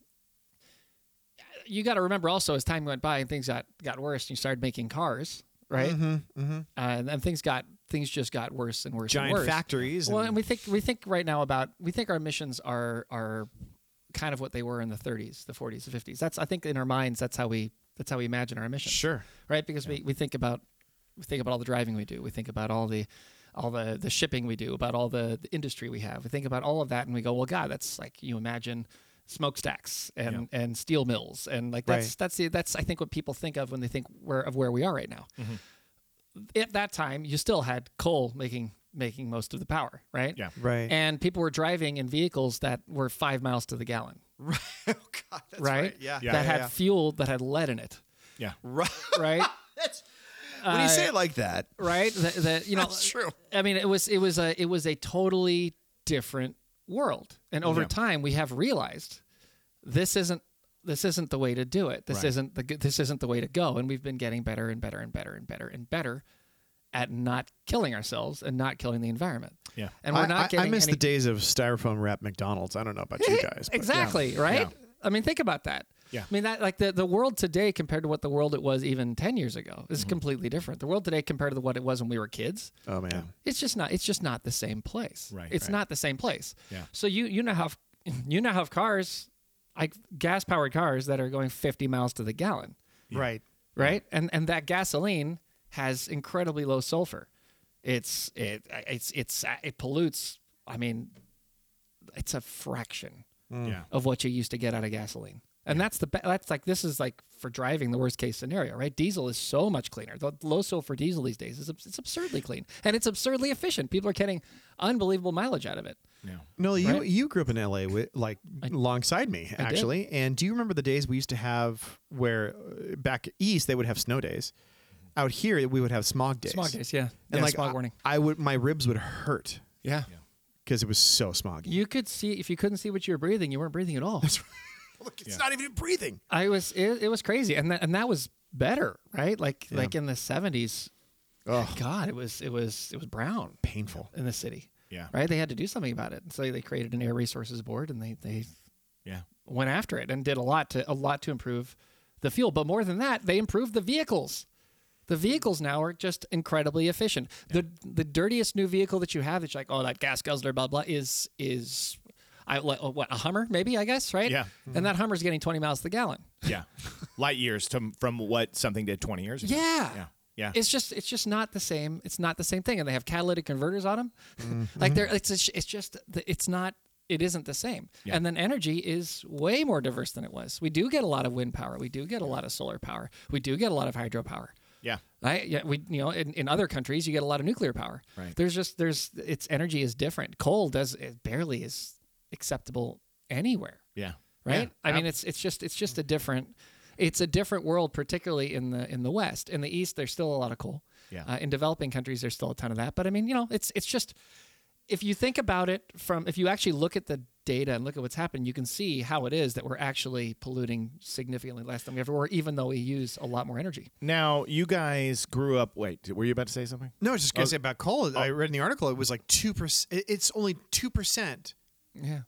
Speaker 3: you got to remember also as time went by and things got got worse and you started making cars right
Speaker 4: Mm-hmm. Mm-hmm.
Speaker 3: uh, and then things got things just got worse and worse
Speaker 4: Giant
Speaker 3: and worse.
Speaker 4: factories.
Speaker 3: Well,
Speaker 4: and-
Speaker 3: and we think we think right now about we think our emissions are are kind of what they were in the 30s, the 40s, the 50s. That's I think in our minds that's how we that's how we imagine our emissions,
Speaker 4: sure.
Speaker 3: right? Because we, we think about we think about all the driving we do, we think about all the all the the shipping we do, about all the, the industry we have. We think about all of that and we go, well, God, that's like you imagine smokestacks and and steel mills and like that's
Speaker 4: Right.
Speaker 3: that's the, that's I think what people think of when they think where of where we are right now
Speaker 2: Mm-hmm.
Speaker 3: at that time you still had coal making making most of the power, right?
Speaker 2: Yeah.
Speaker 4: Right.
Speaker 3: And people were driving in vehicles that were five miles to the gallon,
Speaker 4: Right. oh God. That's
Speaker 3: right?
Speaker 4: right. Yeah.
Speaker 2: Yeah.
Speaker 3: That
Speaker 4: yeah,
Speaker 3: had
Speaker 4: yeah.
Speaker 3: fuel that had lead in it,
Speaker 2: Yeah.
Speaker 4: Right.
Speaker 3: right?
Speaker 4: That's
Speaker 3: Uh,
Speaker 5: When you say it like that,
Speaker 3: right? That, that you know,
Speaker 4: That's true.
Speaker 3: I mean, it was it was a it was a totally different world, and over
Speaker 2: Yeah.
Speaker 3: time we have realized this isn't this isn't the way to do it. This
Speaker 2: Right.
Speaker 3: isn't the g- this isn't the way to go, and we've been getting better and better and better and better and better at not killing ourselves and not killing the environment.
Speaker 2: Yeah.
Speaker 3: and we're
Speaker 4: I,
Speaker 3: not
Speaker 4: I,
Speaker 3: getting
Speaker 4: I miss
Speaker 3: any
Speaker 4: the days of styrofoam wrap McDonald's. I don't know about you guys. but-
Speaker 3: exactly right i mean think about that
Speaker 2: Yeah.
Speaker 3: i mean that like the, the world today compared to what the world it was even 10 years ago
Speaker 4: Mm-hmm.
Speaker 3: is completely different the world today compared to what it was when we were kids
Speaker 4: Oh man.
Speaker 3: it's just not it's just not the same place
Speaker 2: Right,
Speaker 3: it's
Speaker 2: right.
Speaker 3: not the same place
Speaker 2: Yeah.
Speaker 3: so you you now have you now have cars like gas powered cars that are going 50 miles to the gallon
Speaker 4: Right.
Speaker 3: right? And and that gasoline has incredibly low sulfur. It's it it's it's it pollutes. I mean, it's a fraction
Speaker 2: Yeah.
Speaker 3: of what you used to get out of gasoline. And that's the be- that's like this is like for driving the worst case scenario, right? Diesel is so much cleaner. The low sulfur diesel these days is abs- it's absurdly clean and it's absurdly efficient. People are getting unbelievable mileage out of it.
Speaker 2: Yeah.
Speaker 4: No, you
Speaker 3: Right?
Speaker 4: you grew up in LA with like alongside me actually. And do you remember the days we used to have where uh, back east they would have snow days? Out here we would have smog days.
Speaker 3: Smog days, yeah,
Speaker 4: And like
Speaker 3: smog
Speaker 4: I,
Speaker 3: warning.
Speaker 4: I would my ribs would hurt
Speaker 3: Yeah.
Speaker 4: because it was so smoggy.
Speaker 3: you could see if you couldn't see what you were breathing, you weren't breathing at all.
Speaker 4: Look, it's not even breathing.
Speaker 3: I was it, it was crazy, and that and that was better, right? Like like in the seventies. Oh God, it was it was it was brown
Speaker 4: Painful.
Speaker 3: in the city.
Speaker 2: Yeah.
Speaker 3: Right. They had to do something about it, so they created an air resources board, and they they
Speaker 2: Yeah.
Speaker 3: went after it and did a lot to a lot to improve the fuel. But more than that, they improved the vehicles. The vehicles now are just incredibly efficient. The the dirtiest new vehicle that you have that's like, oh, that gas guzzler, blah blah, is is I like oh, what a Hummer maybe I guess right.
Speaker 2: Yeah. Mm-hmm.
Speaker 3: And that Hummer's getting twenty miles to the gallon.
Speaker 2: Yeah. Light years to, from what something did 20 years ago.
Speaker 3: Yeah.
Speaker 2: Yeah. Yeah.
Speaker 3: It's just it's just not the same. It's not the same thing, and they have catalytic converters on them.
Speaker 2: Mm-hmm.
Speaker 3: like they're it's it's just it's not it isn't the same. And then energy is way more diverse than it was. We do get a lot of wind power. We do get a lot of solar power. We do get a lot of hydropower.
Speaker 2: yeah.
Speaker 3: Right? Yeah, we you know in, in other countries you get a lot of nuclear power.
Speaker 2: Right.
Speaker 3: There's just there's its energy is different. Coal does it barely is acceptable anywhere
Speaker 2: Yeah.
Speaker 3: right?
Speaker 2: Yeah.
Speaker 3: I mean, it's it's just it's just a different it's a different world, particularly in the in the West. In the East, there's still a lot of coal.
Speaker 2: Yeah.
Speaker 3: Uh, in developing countries, there's still a ton of that. But I mean, you know, it's it's just if you think about it from if you actually look at the data and look at what's happened, you can see how it is that we're actually polluting significantly less than we ever were, even though we use a lot more energy.
Speaker 2: Now, you guys grew up. Wait, were you about to say something?
Speaker 4: No, I was just
Speaker 3: Oh,
Speaker 4: gonna say about coal. I read in the article it was like two percent. It's only two percent
Speaker 3: Yeah.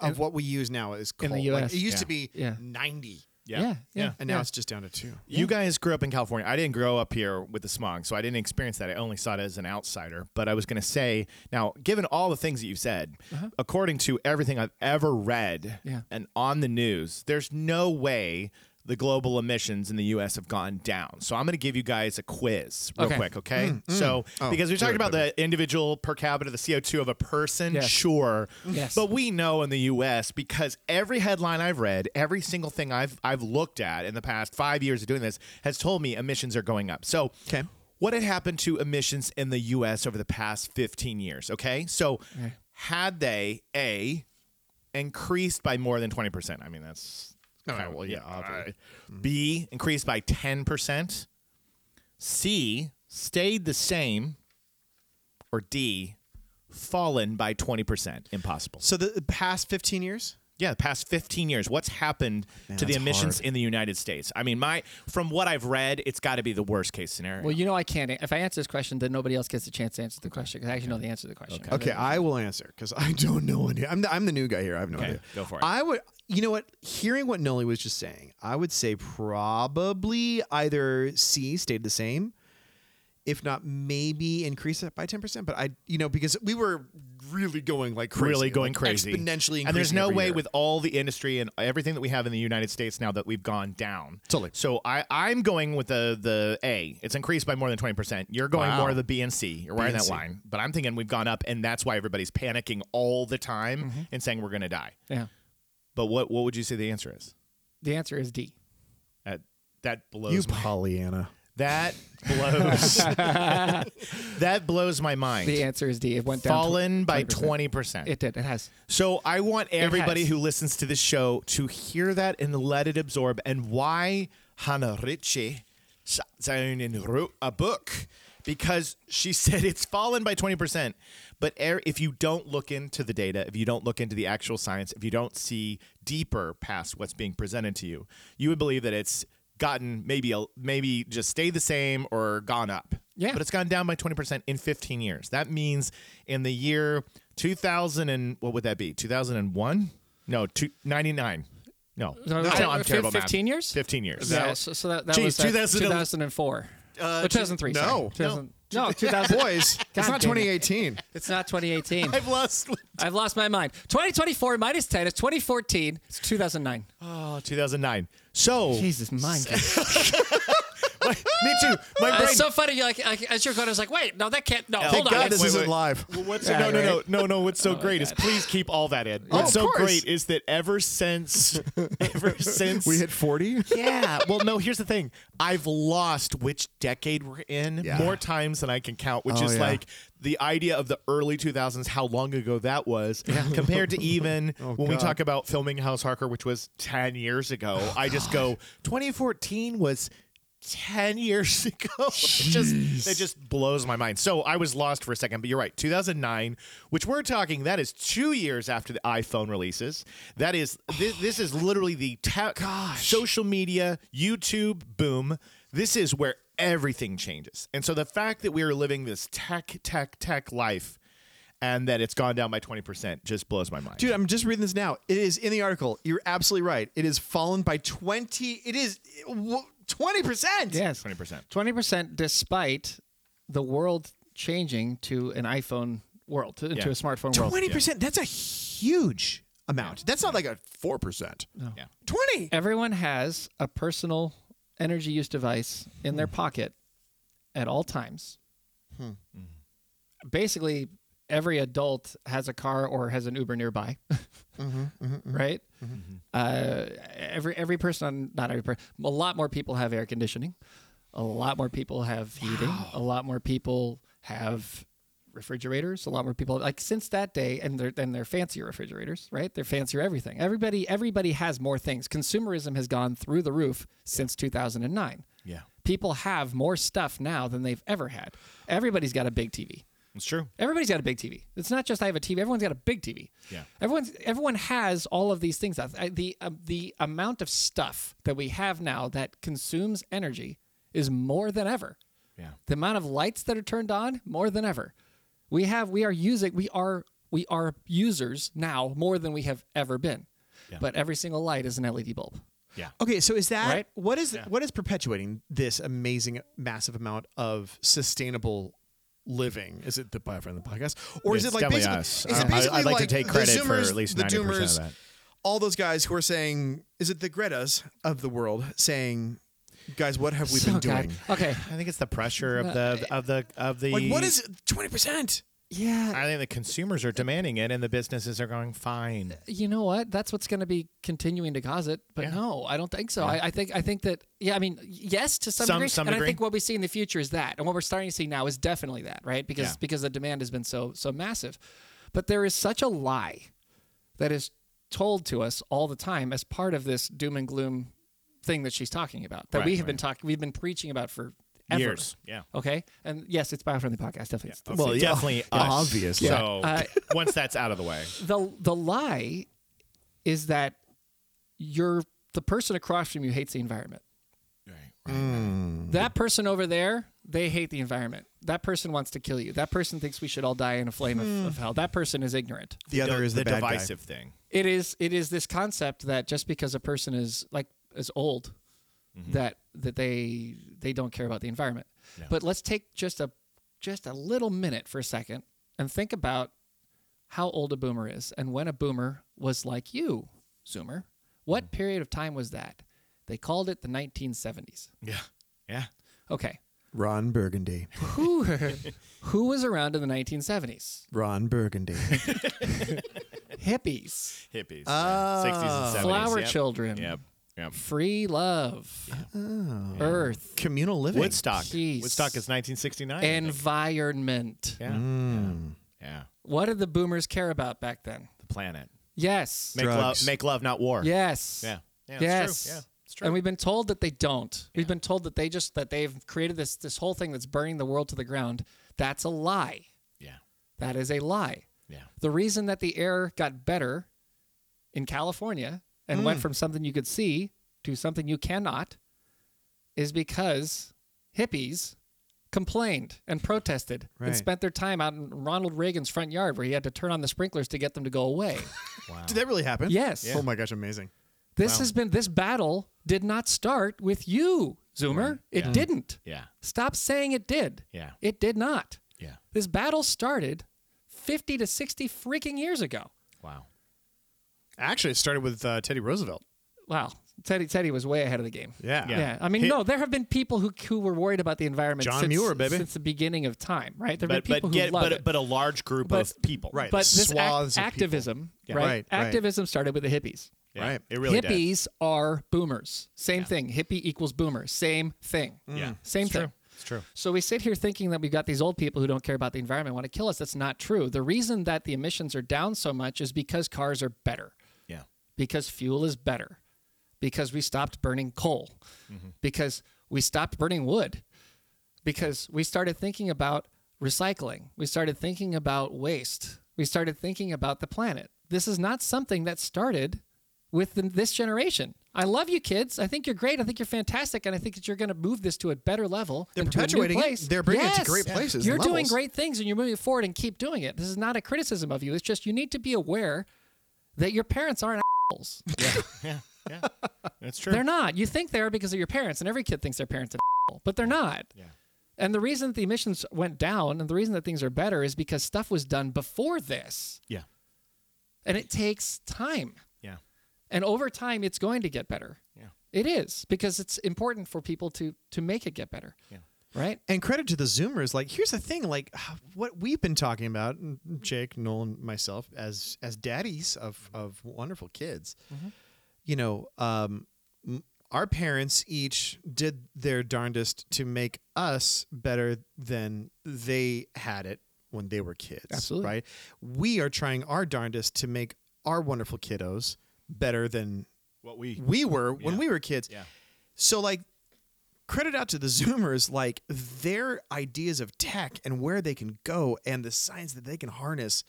Speaker 4: of what we use now is coal.
Speaker 3: in the
Speaker 4: Like,
Speaker 3: US.
Speaker 4: it used
Speaker 2: Yeah.
Speaker 4: to be
Speaker 3: Yeah.
Speaker 4: ninety,
Speaker 3: Yeah. Yeah.
Speaker 2: Yeah.
Speaker 4: and now it's just down to two.
Speaker 2: You guys grew up in California. I didn't grow up here with the smog, so I didn't experience that. I only saw it as an outsider. But I was going to say, now, given all the things that you've said, according to everything I've ever read
Speaker 3: Uh-huh. Yeah.
Speaker 2: and on the news, there's no way the global emissions in the U.S. have gone down. So I'm going to give you guys a quiz real
Speaker 3: Okay. Mm,
Speaker 2: quick, okay? so because we talked about the individual per capita, the CO2 of a person,
Speaker 3: Yes.
Speaker 2: sure,
Speaker 3: Yes.
Speaker 2: but we know in the U.S. because every headline I've read, every single thing I've I've looked at in the past five years of doing this has told me emissions are going up. So
Speaker 4: 'Kay.
Speaker 2: what had happened to emissions in the U.S. over the past 15 years? Okay, so had they a increased by more than 20%. I mean, that's okay. Oh, well, yeah, Mm. obviously. B increased by 10%. C stayed the same. Or D fallen by 20%. Impossible.
Speaker 4: So the the past 15 years?
Speaker 2: Yeah, the past 15 years, what's happened to the
Speaker 4: that's
Speaker 2: emissions in the United States? I mean, my from what I've read, it's got to be the worst case scenario.
Speaker 3: Well, you know I can't. If I answer this question, then nobody else gets a chance to answer the question because I actually know the answer to the question.
Speaker 4: Okay, I will answer because I don't know any. I'm the, I'm the new guy here. I have no idea.
Speaker 2: go for it.
Speaker 4: I would. You know what? Hearing what Noli was just saying, I would say probably either C stayed the same, if not maybe increase it by ten percent. But I, you know, because we were really going like crazy,
Speaker 2: really going
Speaker 4: like
Speaker 2: crazy
Speaker 4: exponentially,
Speaker 2: and there's
Speaker 4: increasing
Speaker 2: no
Speaker 4: every
Speaker 2: way
Speaker 4: year.
Speaker 2: with all the industry and everything that we have in the united states now that we've gone down
Speaker 4: Totally.
Speaker 2: so i i'm going with the the a it's increased by more than 20% you're going
Speaker 4: Wow.
Speaker 2: more the b and c you're right in
Speaker 4: and
Speaker 2: that
Speaker 4: C.
Speaker 2: line but i'm thinking we've gone up and that's why everybody's panicking all the time
Speaker 4: Mm-hmm.
Speaker 2: and saying we're going to die
Speaker 3: Yeah.
Speaker 2: but what what would you say the answer is
Speaker 3: The answer is D.
Speaker 2: that that blows
Speaker 4: you,
Speaker 2: my-
Speaker 4: Pollyanna.
Speaker 2: that blows that blows my mind
Speaker 3: The answer is D. It went down. tw-
Speaker 2: fallen by 20%,
Speaker 3: It did. It has.
Speaker 2: So I want everybody
Speaker 3: has.
Speaker 2: who listens to this show to hear that and let it absorb. And why Hannah Ritchie sat down and wrote a book because she said it's fallen by 20%. But er- if you don't look into the data, if you don't look into the actual science, if you don't see deeper past what's being presented to you, you would believe that it's gotten maybe a, maybe just stayed the same or gone up.
Speaker 3: Yeah.
Speaker 2: But it's gone down by 20% in 15 years. That means in the year 2000 and what would that be? 2001? No, two, 99. No.
Speaker 3: No,
Speaker 2: no,
Speaker 3: fif-
Speaker 2: I'm terrible at math.
Speaker 3: 15 years?
Speaker 2: 15 years.
Speaker 3: yeah. So, so that, that
Speaker 2: Geez,
Speaker 3: was that
Speaker 2: 2000
Speaker 3: 2004. Uh, 2003.
Speaker 4: no,
Speaker 3: sorry.
Speaker 4: no.
Speaker 3: 2000 no, 2000.
Speaker 4: Boys, it's
Speaker 3: God
Speaker 4: not
Speaker 3: damn it.
Speaker 4: 2018.
Speaker 3: It's not 2018.
Speaker 2: I've lost.
Speaker 3: I've lost my mind. 2024 minus 10 is 2014. It's 2009.
Speaker 2: Oh, 2009. So,
Speaker 3: Jesus, mind.
Speaker 2: me too. My brain.
Speaker 3: It's Uh, so funny. You're like, like, as you're going, I was like, wait, no, that can't. No, hold
Speaker 2: Thank
Speaker 3: on.
Speaker 2: God
Speaker 3: that's-
Speaker 4: This
Speaker 2: Wait,
Speaker 4: isn't
Speaker 2: wait.
Speaker 4: live.
Speaker 2: Well, what's no, no, no, no, no.
Speaker 3: Oh,
Speaker 2: What's so great is please keep all that in. what's so
Speaker 4: of course.
Speaker 2: great is that ever since, ever since
Speaker 4: We hit 40.
Speaker 2: Yeah. Well, no, here's the thing. I've lost which decade we're in
Speaker 4: Yeah.
Speaker 2: more times than I can count, which
Speaker 4: Oh,
Speaker 2: is
Speaker 4: yeah.
Speaker 2: like the idea of the early 2000s, how long ago that was, compared to even when we
Speaker 4: Oh, God. Oh,
Speaker 2: talk about filming House Harker, which was 10 years ago. I just go, 2014 was. 10 years ago it just it just blows my mind so i was lost for a second but you're right 2009 which we're talking that is two years after the iphone releases that is
Speaker 4: Oh,
Speaker 2: this, this is literally the ta- social media youtube boom this is where everything changes and so the fact that we are living this tech tech tech life and that it's gone down by 20% just blows my mind
Speaker 4: Dude, I'm just reading this now. It is in the article. You're absolutely right. It is fallen by 20. It is twenty percent.
Speaker 3: Yes.
Speaker 2: 20%
Speaker 3: 20% despite the world changing to an iPhone world, to, to a smartphone world.
Speaker 4: Twenty percent. That's a huge amount. That's not like a four percent.
Speaker 2: yeah
Speaker 4: Twenty.
Speaker 3: Everyone has a personal energy use device in their pocket at all times. Basically, every adult has a car or has an Uber nearby, right? Uh, every every person, not every person, a lot more people have air conditioning. A lot more people have heating. A lot more people have refrigerators. A lot more people like since that day, and they're and they're fancier refrigerators, right? They're fancier everything. Everybody everybody has more things. Consumerism has gone through the roof since 2009.
Speaker 2: yeah
Speaker 3: People have more stuff now than they've ever had. Everybody's got a big TV.
Speaker 2: it's true
Speaker 3: Everybody's got a big TV. It's not just I have a TV. Everyone's got a big TV.
Speaker 2: Yeah.
Speaker 3: Everyone's everyone has all of these things. I- The um, the amount of stuff that we have now that consumes energy is more than ever.
Speaker 2: Yeah.
Speaker 3: The amount of lights that are turned on more than ever. We have we are using we are we are users now more than we have ever been. But every single light is an LED bulb.
Speaker 2: yeah
Speaker 4: Okay, so is that
Speaker 3: Right?
Speaker 4: what is what is perpetuating this amazing, massive amount of sustainable living? Is it the Biofriend the podcast, or is
Speaker 2: It's
Speaker 4: it like
Speaker 2: definitely
Speaker 4: basically?
Speaker 2: us.
Speaker 4: Is
Speaker 2: Um,
Speaker 4: it
Speaker 2: I-
Speaker 4: basically
Speaker 2: I'd like to
Speaker 4: like
Speaker 2: take
Speaker 4: the
Speaker 2: credit for
Speaker 4: Zoomers,
Speaker 2: at least
Speaker 4: the
Speaker 2: 90% of
Speaker 4: Doomers,
Speaker 2: that.
Speaker 4: all those guys who are saying, is it the Greta's of the world saying, guys, what have we
Speaker 3: Oh,
Speaker 4: been
Speaker 3: God.
Speaker 4: doing?
Speaker 3: Okay.
Speaker 2: I think it's the pressure of the of the of the.
Speaker 4: Like, what is it? 20%?
Speaker 3: Yeah.
Speaker 2: I think the consumers are demanding it, and the businesses are going fine.
Speaker 3: you know what? That's what's going to be continuing to cause it. But
Speaker 2: Yeah.
Speaker 3: no, I don't think so. I, I think I think that yeah. I mean, yes, to some,
Speaker 2: Some-
Speaker 3: degree.
Speaker 2: some
Speaker 3: and I
Speaker 2: degree.
Speaker 3: think what we see in the future is that, and what we're starting to see now is definitely that, right? Because
Speaker 2: Yeah.
Speaker 3: because the demand has been so so massive, but there is such a lie that is told to us all the time as part of this doom and gloom thing that she's talking about that
Speaker 2: Right,
Speaker 3: we have
Speaker 2: right.
Speaker 3: been talking we've been preaching about for ever.
Speaker 2: Years, yeah.
Speaker 3: Okay, and yes, it's biofriendly podcast. Definitely, it's-
Speaker 2: Well, definitely us.
Speaker 5: obviously.
Speaker 2: So
Speaker 3: Yeah.
Speaker 2: once that's out of the way,
Speaker 3: the the lie is that you're the person across from you hates the environment. That person over there, they hate the environment. That person wants to kill you. That person thinks we should all die in a flame of, of hell. That person is ignorant.
Speaker 4: The other is the, bad guy.
Speaker 2: divisive thing.
Speaker 3: It is it is this concept that just because a person is like is old,
Speaker 2: Mm-hmm.
Speaker 3: that that they they don't care about the environment. But let's take just a just a little minute for a second and think about how old a boomer is and when a boomer was like you, Zoomer. What
Speaker 2: Mm-hmm.
Speaker 3: period of time was that? They called it the 1970s.
Speaker 2: Yeah, yeah.
Speaker 3: Okay.
Speaker 4: Ron Burgundy.
Speaker 3: Who, who was around in the 1970s?
Speaker 4: Ron Burgundy.
Speaker 3: Hippies,
Speaker 2: Hippies,
Speaker 4: Oh.
Speaker 2: sixties and seventies.
Speaker 3: Uh, flower
Speaker 2: yep.
Speaker 3: children,
Speaker 2: Yep, yep.
Speaker 3: free love, earth,
Speaker 4: Oh. Communal living.
Speaker 2: Woodstock.
Speaker 3: Jeez.
Speaker 2: Woodstock is nineteen Mm-hmm. sixty nine.
Speaker 3: environment.
Speaker 2: yeah,
Speaker 4: Mm.
Speaker 2: yeah, yeah.
Speaker 3: What did the boomers care about back then?
Speaker 2: The planet.
Speaker 3: Yes.
Speaker 2: Make
Speaker 4: Drugs.
Speaker 2: love, make love, not war.
Speaker 3: Yes.
Speaker 2: yeah, yeah. it's
Speaker 3: yes.
Speaker 2: true. Yeah, it's true.
Speaker 3: And we've been told that they don't. We've been told that they just that they've created this this whole thing that's burning the world to the ground. That's a lie.
Speaker 2: yeah,
Speaker 3: That is a lie.
Speaker 2: yeah.
Speaker 3: The reason that the air got better in California and went from something you could see to something you cannot is because hippies complained and protested
Speaker 4: Right.
Speaker 3: and spent their time out in Ronald Reagan's front yard where he had to turn on the sprinklers to get them to go away.
Speaker 4: Did that really happen?
Speaker 3: Yes. Yeah.
Speaker 4: Oh my gosh, amazing.
Speaker 3: This has been this battle did not start with you, Zoomer. It didn't.
Speaker 2: Yeah.
Speaker 3: Stop saying it did.
Speaker 2: Yeah.
Speaker 3: It did not.
Speaker 2: Yeah.
Speaker 3: This battle started 50 to 60 freaking years ago.
Speaker 2: Wow.
Speaker 4: Actually, it started with uh, Teddy Roosevelt.
Speaker 3: Wow. Teddy Teddy was way ahead of the game.
Speaker 4: Yeah.
Speaker 3: Yeah.
Speaker 2: Yeah.
Speaker 3: I mean,
Speaker 2: He-
Speaker 3: no, there have been people who who were worried about the environment
Speaker 4: John
Speaker 3: since,
Speaker 4: Muir, baby.
Speaker 3: since the beginning of time, right? There
Speaker 2: But
Speaker 3: have been people
Speaker 2: but
Speaker 3: who
Speaker 2: get
Speaker 3: love
Speaker 2: but
Speaker 3: it.
Speaker 2: but a large group
Speaker 3: But-
Speaker 2: of people.
Speaker 4: Right.
Speaker 3: But this
Speaker 4: swaths
Speaker 3: ac-
Speaker 4: of people.
Speaker 3: activism,
Speaker 2: Yeah.
Speaker 3: right?
Speaker 4: Right, right.
Speaker 3: Activism started with the hippies.
Speaker 2: Yeah,
Speaker 4: Right.
Speaker 2: It really did.
Speaker 3: Hippies are boomers. Same thing. Hippie equals boomer. Same thing.
Speaker 4: Mm.
Speaker 2: Yeah.
Speaker 3: Same
Speaker 2: It's
Speaker 3: thing.
Speaker 2: True. It's true.
Speaker 3: So we sit here thinking that we've got these old people who don't care about the environment want to kill us. That's not true. The reason that the emissions are down so much is because cars are better,
Speaker 2: Yeah.
Speaker 3: because fuel is better, because we stopped burning coal,
Speaker 4: Mm-hmm.
Speaker 3: because we stopped burning wood, because we started thinking about recycling, we started thinking about waste, we started thinking about the planet. This is not something that started with the, this generation. I love you kids. I think you're great. I think you're fantastic, and I think that you're going to move this to a better level.
Speaker 4: They're
Speaker 3: and to a new
Speaker 4: perpetuating it.
Speaker 3: place.
Speaker 4: They're bringing it to
Speaker 3: Yes.
Speaker 4: great places
Speaker 3: You're
Speaker 4: and
Speaker 3: doing
Speaker 4: levels.
Speaker 3: great things, and you're moving forward and keep doing it. This is not a criticism of you. It's just you need to be aware that your parents aren't assholes.
Speaker 2: It's true.
Speaker 3: they're not. You think they are because of your parents, and every kid thinks their parents are an asshole, but they're not.
Speaker 2: Yeah.
Speaker 3: And the reason that the emissions went down and the reason that things are better is because stuff was done before this,
Speaker 2: Yeah.
Speaker 3: and it takes time.
Speaker 2: Yeah.
Speaker 3: And over time, it's going to get better.
Speaker 2: Yeah.
Speaker 3: It is because it's important for people to to make it get better.
Speaker 2: Yeah.
Speaker 3: Right.
Speaker 4: And credit to the Zoomers. Like, here's the thing. Like, what we've been talking about, and Jake, Nolan, myself, as as daddies of of wonderful kids. You know, um, m- our parents each did their darndest to make us better than they had it when they were kids.
Speaker 3: Absolutely.
Speaker 4: Right. We are trying our darndest to make our wonderful kiddos better than
Speaker 2: What we
Speaker 4: we were when
Speaker 2: Yeah.
Speaker 4: we were kids.
Speaker 2: Yeah.
Speaker 4: So like credit out to the zoomers like their ideas of tech and where they can go and the science that they can harness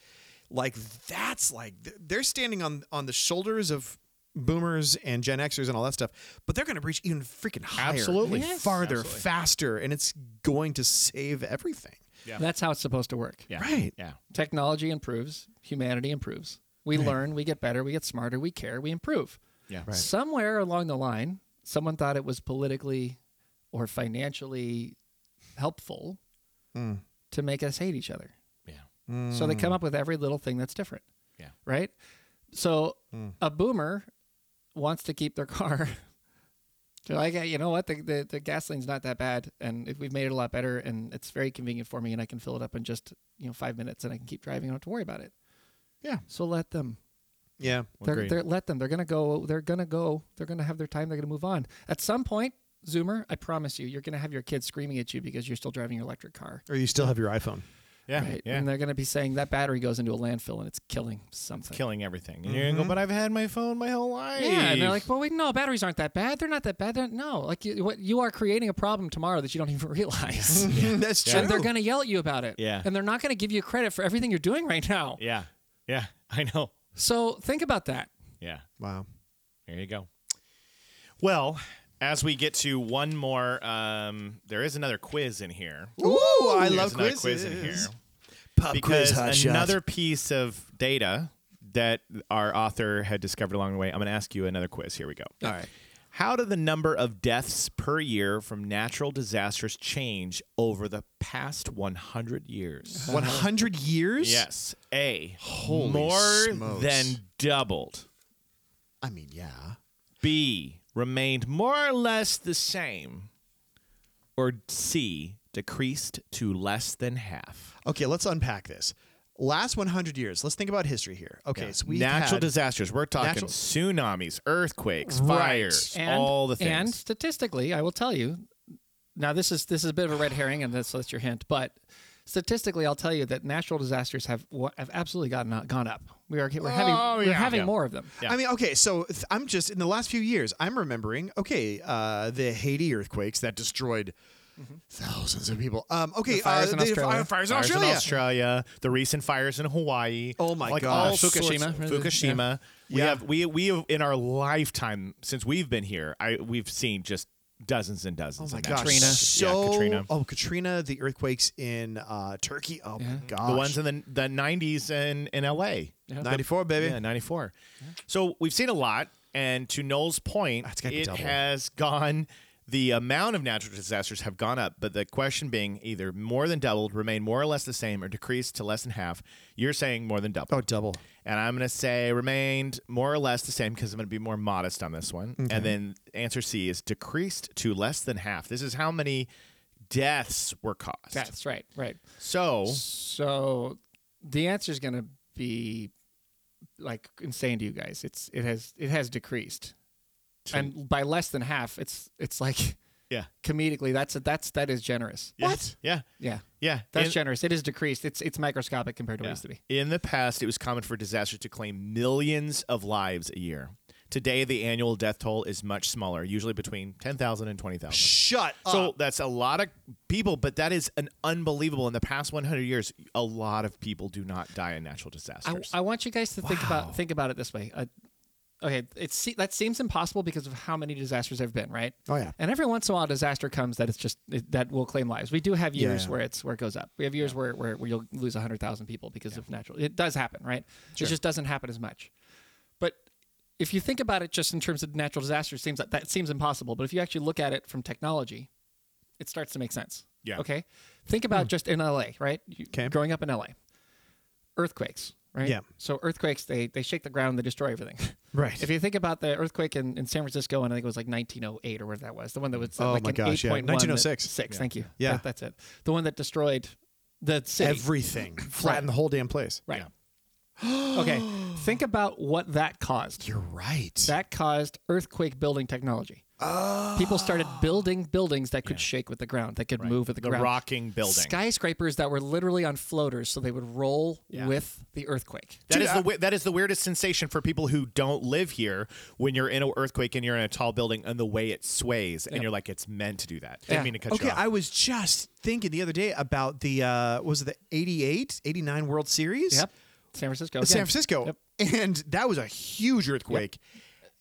Speaker 4: like that's like th- they're standing on on the shoulders of boomers and gen xers and all that stuff but they're going to reach even freaking higher
Speaker 2: Absolutely.
Speaker 3: Yes.
Speaker 4: farther
Speaker 2: Absolutely.
Speaker 4: faster and it's going to save everything
Speaker 2: Yeah.
Speaker 3: That's how it's supposed to work.
Speaker 2: Yeah.
Speaker 4: right
Speaker 2: Yeah.
Speaker 3: Technology improves, humanity improves. We learn, we get better, we get smarter, we care, we improve.
Speaker 2: Yeah.
Speaker 3: Somewhere along the line, someone thought it was politically or financially helpful
Speaker 4: Mm.
Speaker 3: to make us hate each other.
Speaker 2: Yeah.
Speaker 3: So they come up with every little thing that's different.
Speaker 2: Yeah.
Speaker 3: Right? So a boomer wants to keep their car. They're like, "Hey, you know what? The, the the gasoline's not that bad, and it- we've made it a lot better, and it's very convenient for me, and I can fill it up in just you know five minutes, and I can keep driving. I don't have to worry about it.
Speaker 4: Yeah.
Speaker 3: So let them.
Speaker 4: Yeah.
Speaker 3: They're,
Speaker 2: Agreed.
Speaker 3: they're let them. They're gonna go. They're gonna go. They're gonna have their time. They're gonna move on. At some point, Zoomer, I promise you, you're gonna have your kids screaming at you because you're still driving your electric car.
Speaker 4: Or you still have your iPhone.
Speaker 2: Yeah,
Speaker 3: Right?
Speaker 2: yeah.
Speaker 3: And they're gonna be saying that battery goes into a landfill and it's killing something.
Speaker 2: Killing everything. And you're gonna go, but I've had my phone my whole life.
Speaker 3: Mm-hmm. Yeah, and they're like, well, we no, batteries aren't that bad. They're not that bad. They're, no, like you, what you are creating a problem tomorrow that you don't even realize,
Speaker 5: That's true.
Speaker 3: and they're gonna yell at you about it.
Speaker 2: Yeah.
Speaker 3: and they're not gonna give you credit for everything you're doing right now.
Speaker 2: yeah, yeah. I know.
Speaker 3: So think about that.
Speaker 2: Yeah.
Speaker 4: Wow.
Speaker 2: There you go. Well, as we get to one more, um, there is another quiz in here.
Speaker 4: Ooh, I
Speaker 2: There's
Speaker 4: love
Speaker 2: another
Speaker 4: quizzes.
Speaker 2: quiz in here
Speaker 5: Pop
Speaker 2: because
Speaker 5: quiz, hot shot.
Speaker 2: another piece of data that our author had discovered along the way. I'm going to ask you another quiz. Here we go.
Speaker 3: All right.
Speaker 2: How do the number of deaths per year from natural disasters change over the past 100 years?
Speaker 4: 100 years?
Speaker 2: Uh-huh. Yes. A. more
Speaker 5: smokes.
Speaker 2: than doubled.
Speaker 5: I mean, yeah.
Speaker 2: B remained more or less the same, or C decreased to less than half.
Speaker 4: Okay, let's unpack this. Last 100 years. Let's think about history here. Okay, so we
Speaker 2: natural
Speaker 4: had,
Speaker 2: disasters. We're talking
Speaker 4: Natural-
Speaker 2: tsunamis, earthquakes,
Speaker 4: Right.
Speaker 2: fires,
Speaker 3: And,
Speaker 2: all the
Speaker 3: And
Speaker 2: things.
Speaker 3: statistically, I will tell you. Now this is this is a bit of a red herring, and that's that's your hint. But statistically, I'll tell you that natural disasters have wa- have absolutely gotten up- gone up. We are we're having
Speaker 2: Oh,
Speaker 3: we're
Speaker 2: yeah.
Speaker 3: having
Speaker 2: Yeah.
Speaker 3: more of them.
Speaker 2: Yeah.
Speaker 4: I mean, okay, so th- I'm just in the last few years, I'm remembering, okay, uh, the Haiti earthquakes that destroyed thousands of people. Um, okay,
Speaker 3: The fires
Speaker 4: uh,
Speaker 3: in
Speaker 4: the
Speaker 3: Australia.
Speaker 4: fire- fires in
Speaker 2: Fires
Speaker 4: Australia.
Speaker 2: in Australia, the recent fires in Hawaii.
Speaker 4: Oh my
Speaker 2: like
Speaker 4: gosh.
Speaker 2: all sorts-
Speaker 3: Fukushima.
Speaker 2: Fukushima. We
Speaker 4: Yeah.
Speaker 2: have we we have in our lifetime since we've been here, I we've seen just dozens and dozens.
Speaker 4: Oh my
Speaker 2: of
Speaker 4: gosh.
Speaker 2: natural
Speaker 3: Katrina.
Speaker 2: disasters.
Speaker 4: So,
Speaker 2: yeah, Katrina.
Speaker 4: Oh, Katrina, the earthquakes in uh, Turkey. Oh my gosh.
Speaker 2: The ones in the the nineties in, in LA.
Speaker 4: 94, baby.
Speaker 2: Yeah, 94. So we've seen a lot. And to Noel's point,
Speaker 4: That's gotta be
Speaker 2: it
Speaker 4: double.
Speaker 2: has gone, the amount of natural disasters have gone up. But the question being either more than doubled, remain more or less the same, or decreased to less than half. You're saying more than doubled.
Speaker 4: Oh, double.
Speaker 2: And I'm going to say remained more or less the same because I'm going to be more modest on this one. And then answer C is decreased to less than half. This is how many deaths were caused.
Speaker 3: That's right, right.
Speaker 2: So
Speaker 3: So the answer is going to be like insane to you guys. It's it has it has decreased, and by less than half. It's it's like
Speaker 2: Yeah.
Speaker 3: comedically that's that's that is generous.
Speaker 2: What? Yeah.
Speaker 3: Yeah,
Speaker 2: Yeah.
Speaker 3: that's
Speaker 2: And-
Speaker 3: generous. It is decreased. It's it's microscopic compared to what it
Speaker 2: Yeah.
Speaker 3: used to be.
Speaker 2: In the past, it was common for disasters to claim millions of lives a year. Today, the annual death toll is much smaller, usually between 10,000 and 20,000.
Speaker 4: Shut
Speaker 2: So
Speaker 4: up.
Speaker 2: that's a lot of people, but that is an unbelievable. In the past 100 years, a lot of people do not die in natural
Speaker 3: I,
Speaker 2: disasters.
Speaker 3: I want you guys to think about think about it this way. Uh, okay, it se- that seems impossible because of how many disasters there've been, right?
Speaker 4: Oh, yeah.
Speaker 3: And every once in a while, a disaster comes that it's just it, that will claim lives. We do have years
Speaker 4: yeah.
Speaker 3: where it's where it goes up. We have years where, where where you'll lose hundred thousand people because of natural. It does happen, right? It just doesn't happen as much. But if you think about it, just in terms of natural disasters, seems that that seems impossible. But if you actually look at it from technology, it starts to make sense.
Speaker 2: Yeah.
Speaker 3: Okay. Think about
Speaker 4: Hmm.
Speaker 3: just in LA, right? You-
Speaker 4: 'Kay.
Speaker 3: Growing up in LA, earthquakes, right?
Speaker 4: Yeah.
Speaker 3: So earthquakes, they they shake the ground, they destroy everything.
Speaker 4: Right.
Speaker 3: If you think about the earthquake in, in San Francisco, and I think it was like 1908 or whatever that was, the one that was uh,
Speaker 4: Oh
Speaker 3: like
Speaker 4: my
Speaker 3: an
Speaker 4: gosh, yeah.
Speaker 3: 8.1 that-
Speaker 4: 1906.
Speaker 3: Six, thank you.
Speaker 4: Yeah.
Speaker 3: That- that's it. The one that destroyed the city.
Speaker 4: Everything. Flatten the whole damn place.
Speaker 3: right. okay. Think about what that caused.
Speaker 4: You're right.
Speaker 3: That caused earthquake building technology.
Speaker 4: Ah.
Speaker 3: People started building buildings that could shake with the ground, that could move with the,
Speaker 2: the
Speaker 3: ground.
Speaker 2: rocking building.
Speaker 3: Skyscrapers that were literally on floaters, so they would roll with the earthquake.
Speaker 2: That is the we- that is the weirdest sensation for people who don't live here when you're in an earthquake and you're in a tall building and the way it sways and you're like it's meant to do that. Didn't
Speaker 3: Yeah.
Speaker 2: mean to cut
Speaker 4: Okay,
Speaker 2: you off.
Speaker 4: I was just thinking the other day about the uh was it the 88, 89 World Series?
Speaker 3: Yep. San Francisco.
Speaker 4: San
Speaker 3: again.
Speaker 4: Francisco.
Speaker 3: Yep.
Speaker 4: And that was a huge earthquake.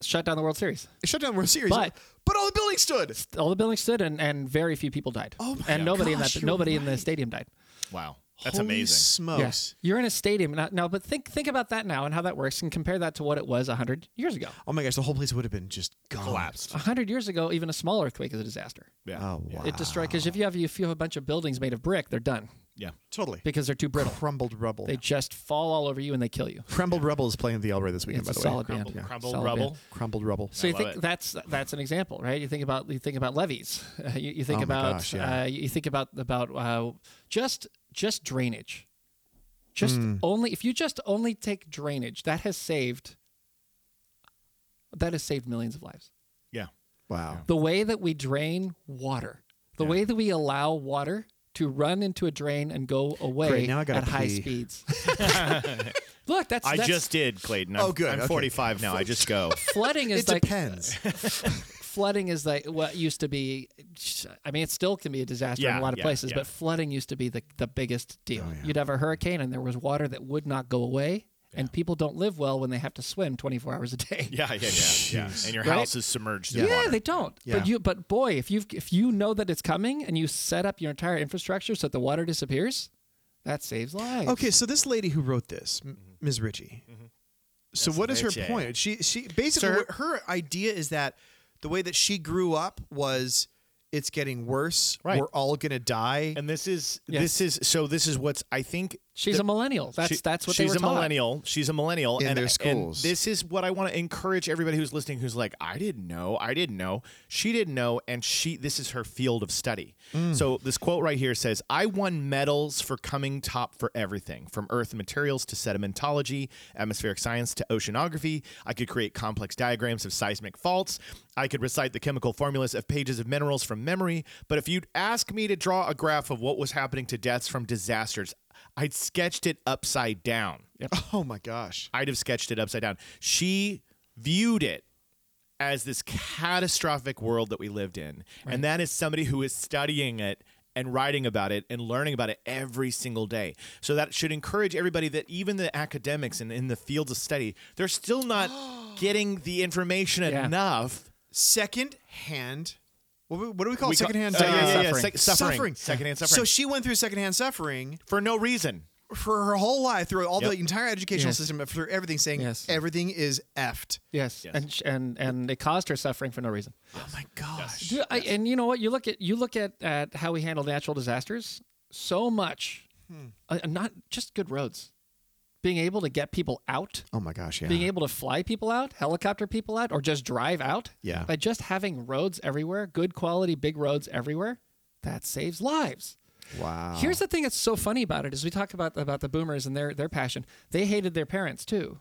Speaker 3: Shut down the World Series.
Speaker 4: It shut down the World Series.
Speaker 3: But-
Speaker 4: but all the buildings stood.
Speaker 3: all the buildings stood and, and very few people died.
Speaker 4: Oh my
Speaker 3: and nobody
Speaker 4: gosh,
Speaker 3: in
Speaker 4: you're Oh.
Speaker 3: that nobody in the stadium died.
Speaker 2: wow. That's
Speaker 4: Holy
Speaker 2: amazing.
Speaker 4: Smokes.
Speaker 3: Yeah. You're in a stadium now, now, but think think about that now and how that works and compare that to what it was 100 years ago.
Speaker 4: Oh my gosh, the whole place would have been just gone.
Speaker 2: Collapsed.
Speaker 3: 100 years ago, even a small earthquake is a disaster.
Speaker 2: Yeah.
Speaker 4: Oh wow.
Speaker 3: It destroys because if you have if you have a bunch of buildings made of brick, they're done.
Speaker 2: Yeah.
Speaker 4: Totally.
Speaker 3: because they're too brittle.
Speaker 4: Crumbled rubble.
Speaker 3: They just fall all over you and they kill you.
Speaker 4: crumbled rubble is playing at the Elray this weekend.
Speaker 3: It's a
Speaker 4: by the way,
Speaker 3: solid band.
Speaker 2: Crumble,
Speaker 3: Yeah.
Speaker 2: crumble
Speaker 3: Solid
Speaker 2: rubble.
Speaker 3: band.
Speaker 4: crumbled rubble.
Speaker 3: So you
Speaker 2: love
Speaker 3: think
Speaker 2: it.
Speaker 3: that's that's an example, right? You think about you think about levees. Uh, you, you think
Speaker 4: Oh my
Speaker 3: about
Speaker 4: gosh, yeah.
Speaker 3: uh, you think about about uh, just just drainage. Just
Speaker 4: Hmm.
Speaker 3: only if you just only take drainage, that has saved that has saved millions of lives.
Speaker 2: Yeah.
Speaker 4: Wow.
Speaker 3: The way that we drain water, the way that we allow water to run into a drain and go away
Speaker 4: Great, now I gotta
Speaker 3: at high
Speaker 4: pee.
Speaker 3: speeds. Look, that's,
Speaker 2: I
Speaker 3: that's
Speaker 2: just did, Clayton. I'm,
Speaker 4: Oh, good.
Speaker 2: I'm
Speaker 4: Okay.
Speaker 2: 45 now. I just go.
Speaker 3: flooding is
Speaker 4: It
Speaker 3: like
Speaker 4: depends.
Speaker 3: flooding is like what used to be i mean it still can be a disaster in
Speaker 2: Yeah,
Speaker 3: a lot of
Speaker 2: yeah,
Speaker 3: places
Speaker 2: yeah.
Speaker 3: but flooding used to be the, the biggest deal
Speaker 4: Oh,
Speaker 3: you'd have a hurricane and there was water that would not go away and people don't live well when they have to swim 24 hours a day
Speaker 2: Yeah, yeah, yeah, yeah. And your
Speaker 3: Right?
Speaker 2: house is submerged
Speaker 3: Yeah,
Speaker 2: in water.
Speaker 3: they don't.
Speaker 4: Yeah.
Speaker 3: But you, but boy, if you if you know that it's coming and you set up your entire infrastructure so that the water disappears, that saves lives.
Speaker 4: Okay, so this lady who wrote this, M- Ms. Ritchie. So what is her
Speaker 2: Mm-hmm. Ritchie.
Speaker 4: point? She she basically
Speaker 5: Sir.
Speaker 4: what her idea is that the way that she grew up was it's getting worse.
Speaker 2: Right.
Speaker 4: We're all gonna die.
Speaker 2: And this is
Speaker 3: Yes.
Speaker 2: this is so this is what's I think
Speaker 3: she's a millennial. That's
Speaker 2: She-
Speaker 3: that's what
Speaker 2: she's
Speaker 3: they were
Speaker 2: a
Speaker 3: taught.
Speaker 2: millennial. She's a millennial
Speaker 4: In
Speaker 2: and,
Speaker 4: their
Speaker 2: and
Speaker 4: schools.
Speaker 2: this is what I want to encourage everybody who's listening, who's like, I didn't know, I didn't know, she didn't know, and she. This is her field of study.
Speaker 4: Mm.
Speaker 2: So this quote right here says, "I won medals for coming top for everything, from earth materials to sedimentology, atmospheric science to oceanography. I could create complex diagrams of seismic faults. I could recite the chemical formulas of pages of minerals from memory. But if you'd ask me to draw a graph of what was happening to deaths from disasters." I'd sketched it upside down.
Speaker 4: oh my gosh.
Speaker 2: I'd have sketched it upside down. She viewed it as this catastrophic world that we lived in. And that is somebody who is studying it and writing about it and learning about it every single day. So that should encourage everybody that even the academics and in the fields of study, they're still not getting the information
Speaker 3: Yeah.
Speaker 2: enough.
Speaker 4: Second hand what, do- what do we call it?
Speaker 2: We ca-
Speaker 4: secondhand
Speaker 2: uh, yeah, yeah, yeah,
Speaker 3: Suffering.
Speaker 2: sec- suffering. Secondhand suffering.
Speaker 4: So she went through secondhand suffering
Speaker 2: for no reason.
Speaker 4: for her whole life, through all the
Speaker 2: Yep.
Speaker 4: entire educational
Speaker 3: Yes.
Speaker 4: system, through everything, saying
Speaker 3: Yes.
Speaker 4: everything is effed.
Speaker 3: Yes,
Speaker 2: Yes.
Speaker 3: and sh- and and it caused her suffering for no reason.
Speaker 4: Oh my gosh.
Speaker 3: Dude, I, and you know what? You look at you look at, at how we handle natural disasters. So much,
Speaker 4: Hmm.
Speaker 3: uh, not just good roads, being able to get people out,
Speaker 4: Oh my gosh, yeah.
Speaker 3: being able to fly people out, helicopter people out, or just drive out.
Speaker 4: Yeah.
Speaker 3: By just having roads everywhere, good quality big roads everywhere, that saves lives.
Speaker 4: wow.
Speaker 3: Here's the thing that's so funny about it is we talk about about the boomers and their their passion. They hated their parents too.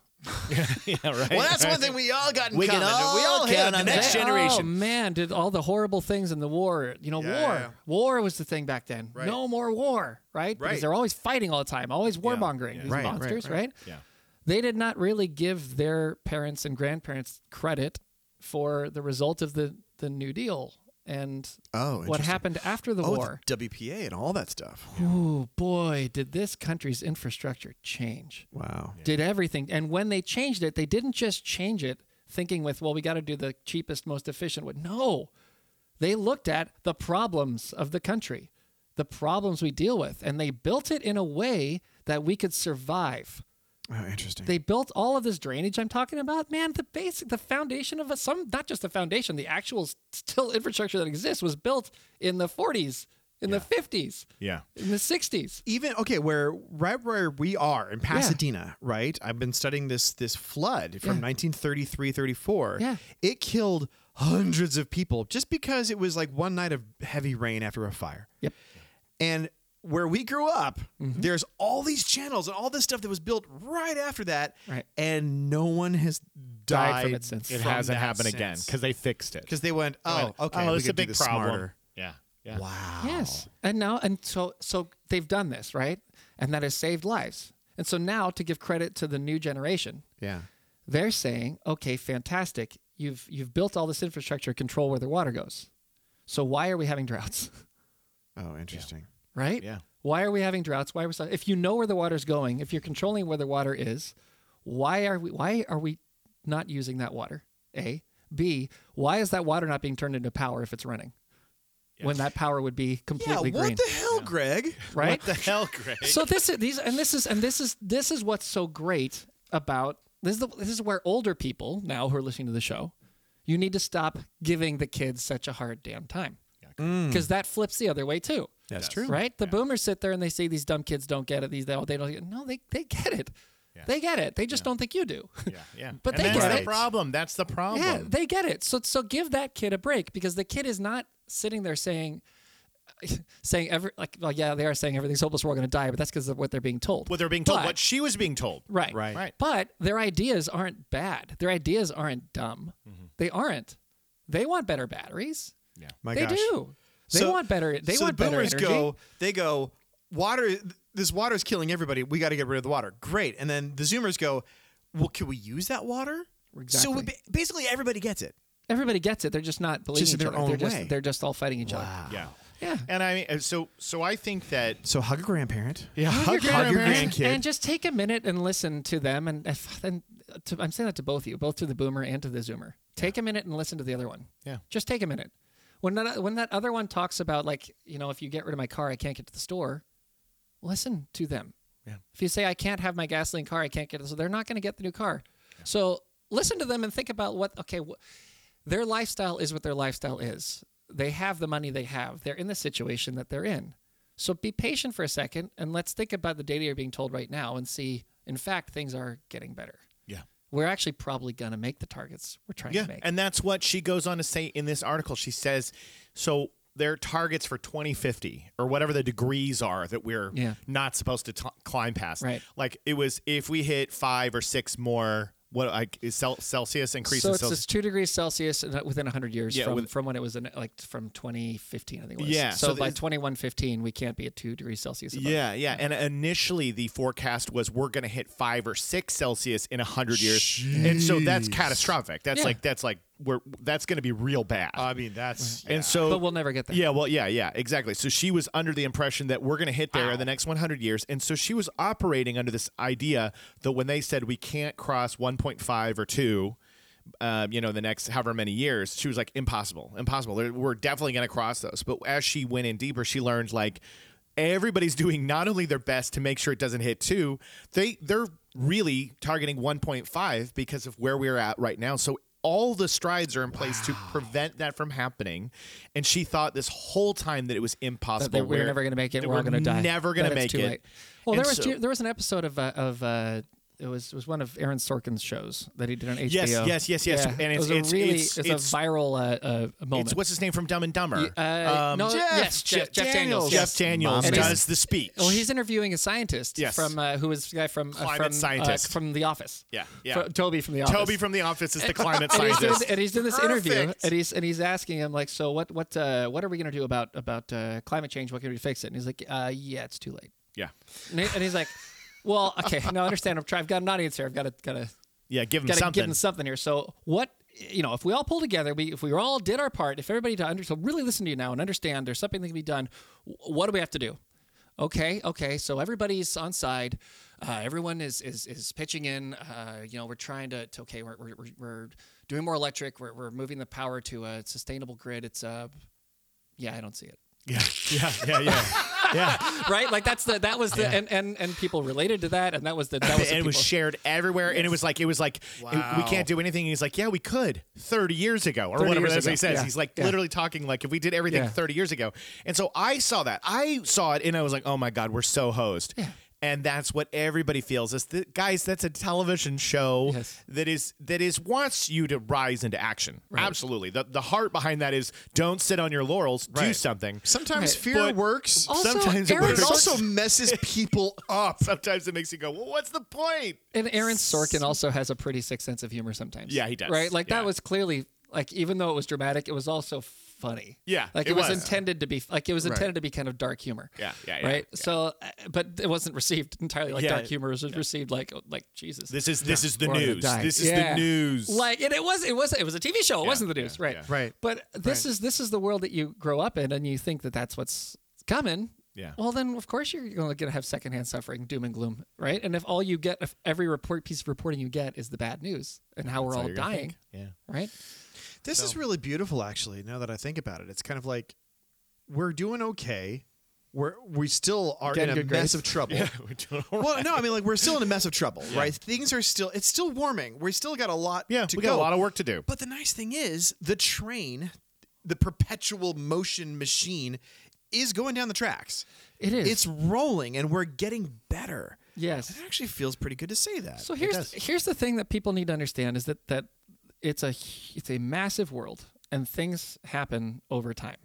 Speaker 2: yeah, right.
Speaker 5: Well, that's one thing we all got in
Speaker 4: We can
Speaker 5: common. we
Speaker 4: all
Speaker 5: all
Speaker 4: count
Speaker 5: count on
Speaker 4: on
Speaker 5: the
Speaker 4: that.
Speaker 5: next
Speaker 3: They-
Speaker 5: generation.
Speaker 3: Oh man, did all the horrible things in the war. You know, war.
Speaker 4: yeah.
Speaker 3: War was the thing back then.
Speaker 4: Right.
Speaker 3: No more war, right?
Speaker 4: Right.
Speaker 3: Because they're always fighting all the time, always warmongering, these
Speaker 4: Right, right,
Speaker 3: monsters, right,
Speaker 2: Yeah.
Speaker 3: They did not really give their parents and grandparents credit for the result of the, the New Deal and
Speaker 4: Oh,
Speaker 3: what happened after the war.
Speaker 4: the WPA and all that stuff.
Speaker 3: Oh boy, did this country's infrastructure change
Speaker 4: Wow.
Speaker 3: did everything. And when they changed it, they didn't just change it thinking with, well, we got to do the cheapest, most efficient one. No, they looked at the problems of the country, the problems we deal with, and they built it in a way that we could survive.
Speaker 4: Oh, interesting.
Speaker 3: They built all of this drainage I'm talking about. Man, the basic, the foundation of a, some, not just the foundation, the actual s- still infrastructure that exists was built in the 40s, in the 50s,
Speaker 2: Yeah.
Speaker 3: in the 60s.
Speaker 4: even okay, where right where we are in Pasadena, right? I've been studying this this flood from
Speaker 3: Yeah.
Speaker 4: 1933, 34.
Speaker 3: Yeah.
Speaker 4: It killed hundreds of people just because it was like one night of heavy rain after a fire.
Speaker 3: Yep. Mm-hmm.
Speaker 4: And where we grew up, there's all these channels and all this stuff that was built right after that,
Speaker 3: Right.
Speaker 4: and no one has died,
Speaker 3: Died from it since.
Speaker 2: It
Speaker 4: from
Speaker 2: hasn't
Speaker 4: that
Speaker 2: happened again
Speaker 4: since.
Speaker 2: because they fixed it.
Speaker 4: because they went, oh, okay,
Speaker 2: oh,
Speaker 4: we
Speaker 2: it's
Speaker 4: could
Speaker 2: a big
Speaker 4: do this
Speaker 2: problem.
Speaker 4: smarter.
Speaker 2: Yeah. Yeah.
Speaker 4: Wow.
Speaker 3: Yes. And now and so so they've done this, right? And that has saved lives. And so now to give credit to the new generation,
Speaker 4: Yeah.
Speaker 3: they're saying, "Okay, fantastic. You've you've built all this infrastructure to control where the water goes. So why are we having droughts?"
Speaker 4: Oh, interesting.
Speaker 3: right?
Speaker 2: Yeah.
Speaker 3: Why are we having droughts? Why are we so- if you know where the water's going, if you're controlling where the water is, why are we why are we not using that water? A. B. Why is that water not being turned into power if it's running? When that power would be completely
Speaker 4: what
Speaker 3: green,
Speaker 4: the hell, Greg?
Speaker 3: right?
Speaker 2: the hell, Greg?
Speaker 3: so this is these and this is and this is this is what's so great about this is the, this is where older people now who are listening to the show you need to stop giving the kids such a hard damn time
Speaker 2: Yeah,
Speaker 3: because that flips the other way too.
Speaker 4: Mm. That's true.
Speaker 3: Right? The boomers sit there and they say these dumb kids don't get it. These they, oh, they don't. Get it. No, they they get it. They get it. They just don't think you do.
Speaker 1: Yeah, yeah.
Speaker 3: But
Speaker 2: And
Speaker 3: they
Speaker 2: that's
Speaker 3: get
Speaker 2: the
Speaker 3: it.
Speaker 2: problem. That's the problem.
Speaker 3: Yeah, they get it. So so give that kid a break because the kid is not sitting there saying saying every like well yeah they are saying everything's hopeless we're all going to die but that's because of what they're being told.
Speaker 1: what they're being told,
Speaker 3: But-
Speaker 1: what she was being told.
Speaker 3: right
Speaker 4: Right.
Speaker 1: Right.
Speaker 3: But their ideas aren't bad. Their ideas aren't dumb.
Speaker 4: Mm-hmm.
Speaker 3: They aren't. They want better batteries.
Speaker 1: Yeah.
Speaker 4: My
Speaker 3: they
Speaker 4: gosh.
Speaker 3: do. They
Speaker 4: So-
Speaker 3: want better. They
Speaker 4: so
Speaker 3: want
Speaker 4: the
Speaker 3: better
Speaker 4: boomers
Speaker 3: energy.
Speaker 4: go. They go. Water. This water is killing everybody. We got to get rid of the water. Great. And then the Zoomers go. Well, can we use that water? So
Speaker 3: Exactly.
Speaker 4: we, ba- basically, everybody gets it.
Speaker 3: Everybody gets it. They're just not believing
Speaker 4: Just in
Speaker 3: each
Speaker 4: their
Speaker 3: other.
Speaker 4: own
Speaker 3: they're just
Speaker 4: way.
Speaker 3: they're just all fighting each other.
Speaker 1: Yeah.
Speaker 3: Yeah.
Speaker 2: And I mean, uh, so so I think that
Speaker 4: So hug a grandparent.
Speaker 2: yeah, hug,
Speaker 3: Hug
Speaker 2: your
Speaker 3: and-
Speaker 2: grandkid.
Speaker 3: And just take a minute and listen to them. And if, then to, I'm saying that to both of you, both to the boomer and to the zoomer. Take a minute and listen to the other one.
Speaker 2: Yeah.
Speaker 3: Just take a minute. When that, when that other one talks about, like, you know, if you get rid of my car, I can't get to the store, listen to them.
Speaker 2: Yeah.
Speaker 3: If you say, I can't have my gasoline car, I can't get it, so they're not going to get the new car. So listen to them and think about what, okay, wh- their lifestyle is what their lifestyle is. They have the money they have. They're in the situation that they're in. So be patient for a second and let's think about the data you're being told right now and see, in fact, things are getting better.
Speaker 2: Yeah.
Speaker 3: We're actually probably going to make the targets we're trying
Speaker 2: Yeah,
Speaker 3: to make.
Speaker 2: and that's what she goes on to say in this article. She says, so their targets for 2050 or whatever the degrees are that we're
Speaker 3: Yeah.
Speaker 2: not supposed to t- climb past.
Speaker 3: Right.
Speaker 2: Like it was if we hit five or six more, what like is Cel- Celsius increase?
Speaker 3: so
Speaker 2: in
Speaker 3: it's
Speaker 2: Celsius?
Speaker 3: this two degrees Celsius in- within 100 years
Speaker 2: Yeah,
Speaker 3: from,
Speaker 2: with-
Speaker 3: from when it was in, like from 2015, I think it was.
Speaker 2: Yeah,
Speaker 3: So,
Speaker 2: so
Speaker 3: by
Speaker 2: it's-
Speaker 3: 2115, we can't be at two degrees Celsius. Above.
Speaker 2: Yeah, yeah. And initially, the forecast was we're going to hit five or six Celsius in a hundred years, and so that's catastrophic. That's
Speaker 3: Yeah.
Speaker 2: like that's like we're that's going to be real bad.
Speaker 4: mean, that's
Speaker 2: and so,
Speaker 3: But we'll never get there.
Speaker 2: yeah, well, yeah, yeah, exactly. So she was under the impression that we're going to hit there in the next 100 years, and so she was operating under this idea that when they said we can't cross 1.5 or two. Um, you know, in the next however many years, she was like, impossible, impossible. There- We're definitely going to cross those. But as she went in deeper, she learned like everybody's doing not only their best to make sure it doesn't hit two, they they're really targeting 1.5 because of where we're at right now. So all the strides are in place to prevent that from happening. And she thought this whole time that it was impossible.
Speaker 3: That they- we're never going to make it.
Speaker 2: that
Speaker 3: We're all going to die.
Speaker 2: Never going
Speaker 3: That
Speaker 2: to
Speaker 3: it's
Speaker 2: make
Speaker 3: too
Speaker 2: it.
Speaker 3: late. Well,
Speaker 2: And
Speaker 3: there was
Speaker 2: so-
Speaker 3: there was an episode of uh, of uh, it was it was one of Aaron Sorkin's shows that he did on HBO.
Speaker 2: Yes, yes, yes, yes.
Speaker 3: Yeah.
Speaker 2: And it's-
Speaker 3: it was a
Speaker 2: it's-
Speaker 3: really
Speaker 2: it's-
Speaker 3: it's
Speaker 2: it's-
Speaker 3: a viral uh, uh, moment.
Speaker 2: It's what's his name from Dumb and Dumber. Um,
Speaker 3: Uh, no, yes, Jeff, Jeff Daniels.
Speaker 2: Jeff
Speaker 3: yes.
Speaker 2: Daniels
Speaker 3: And he's-
Speaker 2: does the speech.
Speaker 3: Well, he's interviewing a scientist
Speaker 2: Yes.
Speaker 3: from uh, who was the guy from uh,
Speaker 2: Climate
Speaker 3: from,
Speaker 2: scientist.
Speaker 3: uh, from The Office.
Speaker 2: Yeah, yeah.
Speaker 3: Fro- Toby from The Office.
Speaker 2: Toby from The Office is the climate
Speaker 3: and he's, doing,
Speaker 2: scientist.
Speaker 3: and he's doing this interview,
Speaker 2: Perfect.
Speaker 3: and he's and he's asking him like, so what what uh, what are we gonna do about about uh, climate change? What can we do to fix it? And he's like, uh, yeah, it's too late.
Speaker 2: Yeah.
Speaker 3: And, he- and he's like, well, okay, no, I understand. I'm trying. I've got an audience here. I've got to got to
Speaker 2: Yeah, give him
Speaker 3: got
Speaker 2: Mm,
Speaker 3: to
Speaker 2: something.
Speaker 3: give them something here. So what? You know, if we all pull together, we if we all did our part, if everybody to under, so really listen to you now and understand, there's something that can be done. wh- What do we have to do? Okay, okay. So everybody's on side. Uh, everyone is is is pitching in. Uh, you know, we're trying to, to okay, we're, we're, we're- we're doing more electric. We're, we're moving the power to a sustainable grid. It's uh, yeah, I don't see it
Speaker 2: yeah, yeah, yeah, yeah. yeah.
Speaker 3: right? Like that's the that was the and, and and people related to that, and that was the that was the
Speaker 2: and it was
Speaker 3: people-
Speaker 2: shared everywhere. And it was like, it was like, we can't do anything. And he's like, yeah, we could 30 years ago or
Speaker 3: 30
Speaker 2: whatever
Speaker 3: years
Speaker 2: that's what
Speaker 3: ago.
Speaker 2: he says.
Speaker 3: Yeah.
Speaker 2: He's like
Speaker 3: Yeah.
Speaker 2: literally talking like if we did everything
Speaker 3: Yeah.
Speaker 2: 30 years ago. And so I saw that. I saw it and I was like, oh my God, we're so hosed. And that's what everybody feels is that guys, that's a television show
Speaker 3: Yes.
Speaker 2: that is that is wants you to rise into action. Absolutely. The the heart behind that is don't sit on your laurels, do something.
Speaker 4: Sometimes
Speaker 3: Right.
Speaker 4: fear
Speaker 2: But-
Speaker 4: works.
Speaker 3: Also,
Speaker 2: Sometimes it
Speaker 3: Aaron
Speaker 2: works.
Speaker 4: It
Speaker 3: Sorkin-
Speaker 4: also messes people up.
Speaker 2: Sometimes it makes you go, well, what's the point?
Speaker 3: And Aaron Sorkin also has a pretty sick sense of humor sometimes.
Speaker 2: Yeah, he does.
Speaker 3: Right? Like
Speaker 2: Yeah.
Speaker 3: that was clearly like even though it was dramatic, it was also funny.
Speaker 2: Yeah,
Speaker 3: Like it,
Speaker 2: it
Speaker 3: was,
Speaker 2: was.
Speaker 3: intended to be like it was intended to be kind of dark humor.
Speaker 2: Yeah, yeah, yeah,
Speaker 3: right.
Speaker 2: yeah.
Speaker 3: So, uh, but it wasn't received entirely like
Speaker 2: Yeah.
Speaker 3: dark humor. It was received like like Jesus.
Speaker 2: This is this is the
Speaker 3: We're gonna
Speaker 2: news.
Speaker 3: die.
Speaker 2: This is
Speaker 3: Yeah.
Speaker 2: the news.
Speaker 3: Like and it was it was it was a TV show. It wasn't the news, right?
Speaker 2: yeah.
Speaker 4: Right.
Speaker 3: But this is this is the world that you grow up in, and you think that that's what's coming.
Speaker 2: Yeah.
Speaker 3: Well, then of course you're going to have secondhand suffering, doom and gloom, right? And if all you get, if every report piece of reporting you get is the bad news and how we're all dying,
Speaker 2: yeah.
Speaker 3: right?
Speaker 4: This is really beautiful, actually. Now that I think about it, it's kind of like we're doing okay. We're we still are
Speaker 3: Getting
Speaker 4: in a
Speaker 3: good
Speaker 4: mess
Speaker 3: grades.
Speaker 4: of trouble. Well, no, I mean like we're still in a mess of trouble, right? Things are still it's still warming. We still got a lot.
Speaker 2: Yeah,
Speaker 4: to
Speaker 2: we got
Speaker 4: go.
Speaker 2: a lot of work to do.
Speaker 4: But the nice thing is the train. the perpetual motion machine is going down the tracks.
Speaker 3: It is.
Speaker 4: It's rolling, and we're getting better.
Speaker 3: Yes.
Speaker 4: it actually feels pretty good to say that.
Speaker 3: So here's
Speaker 2: does.
Speaker 3: here's the thing that people need to understand is that that it's a hu- it's a massive world and things happen over time.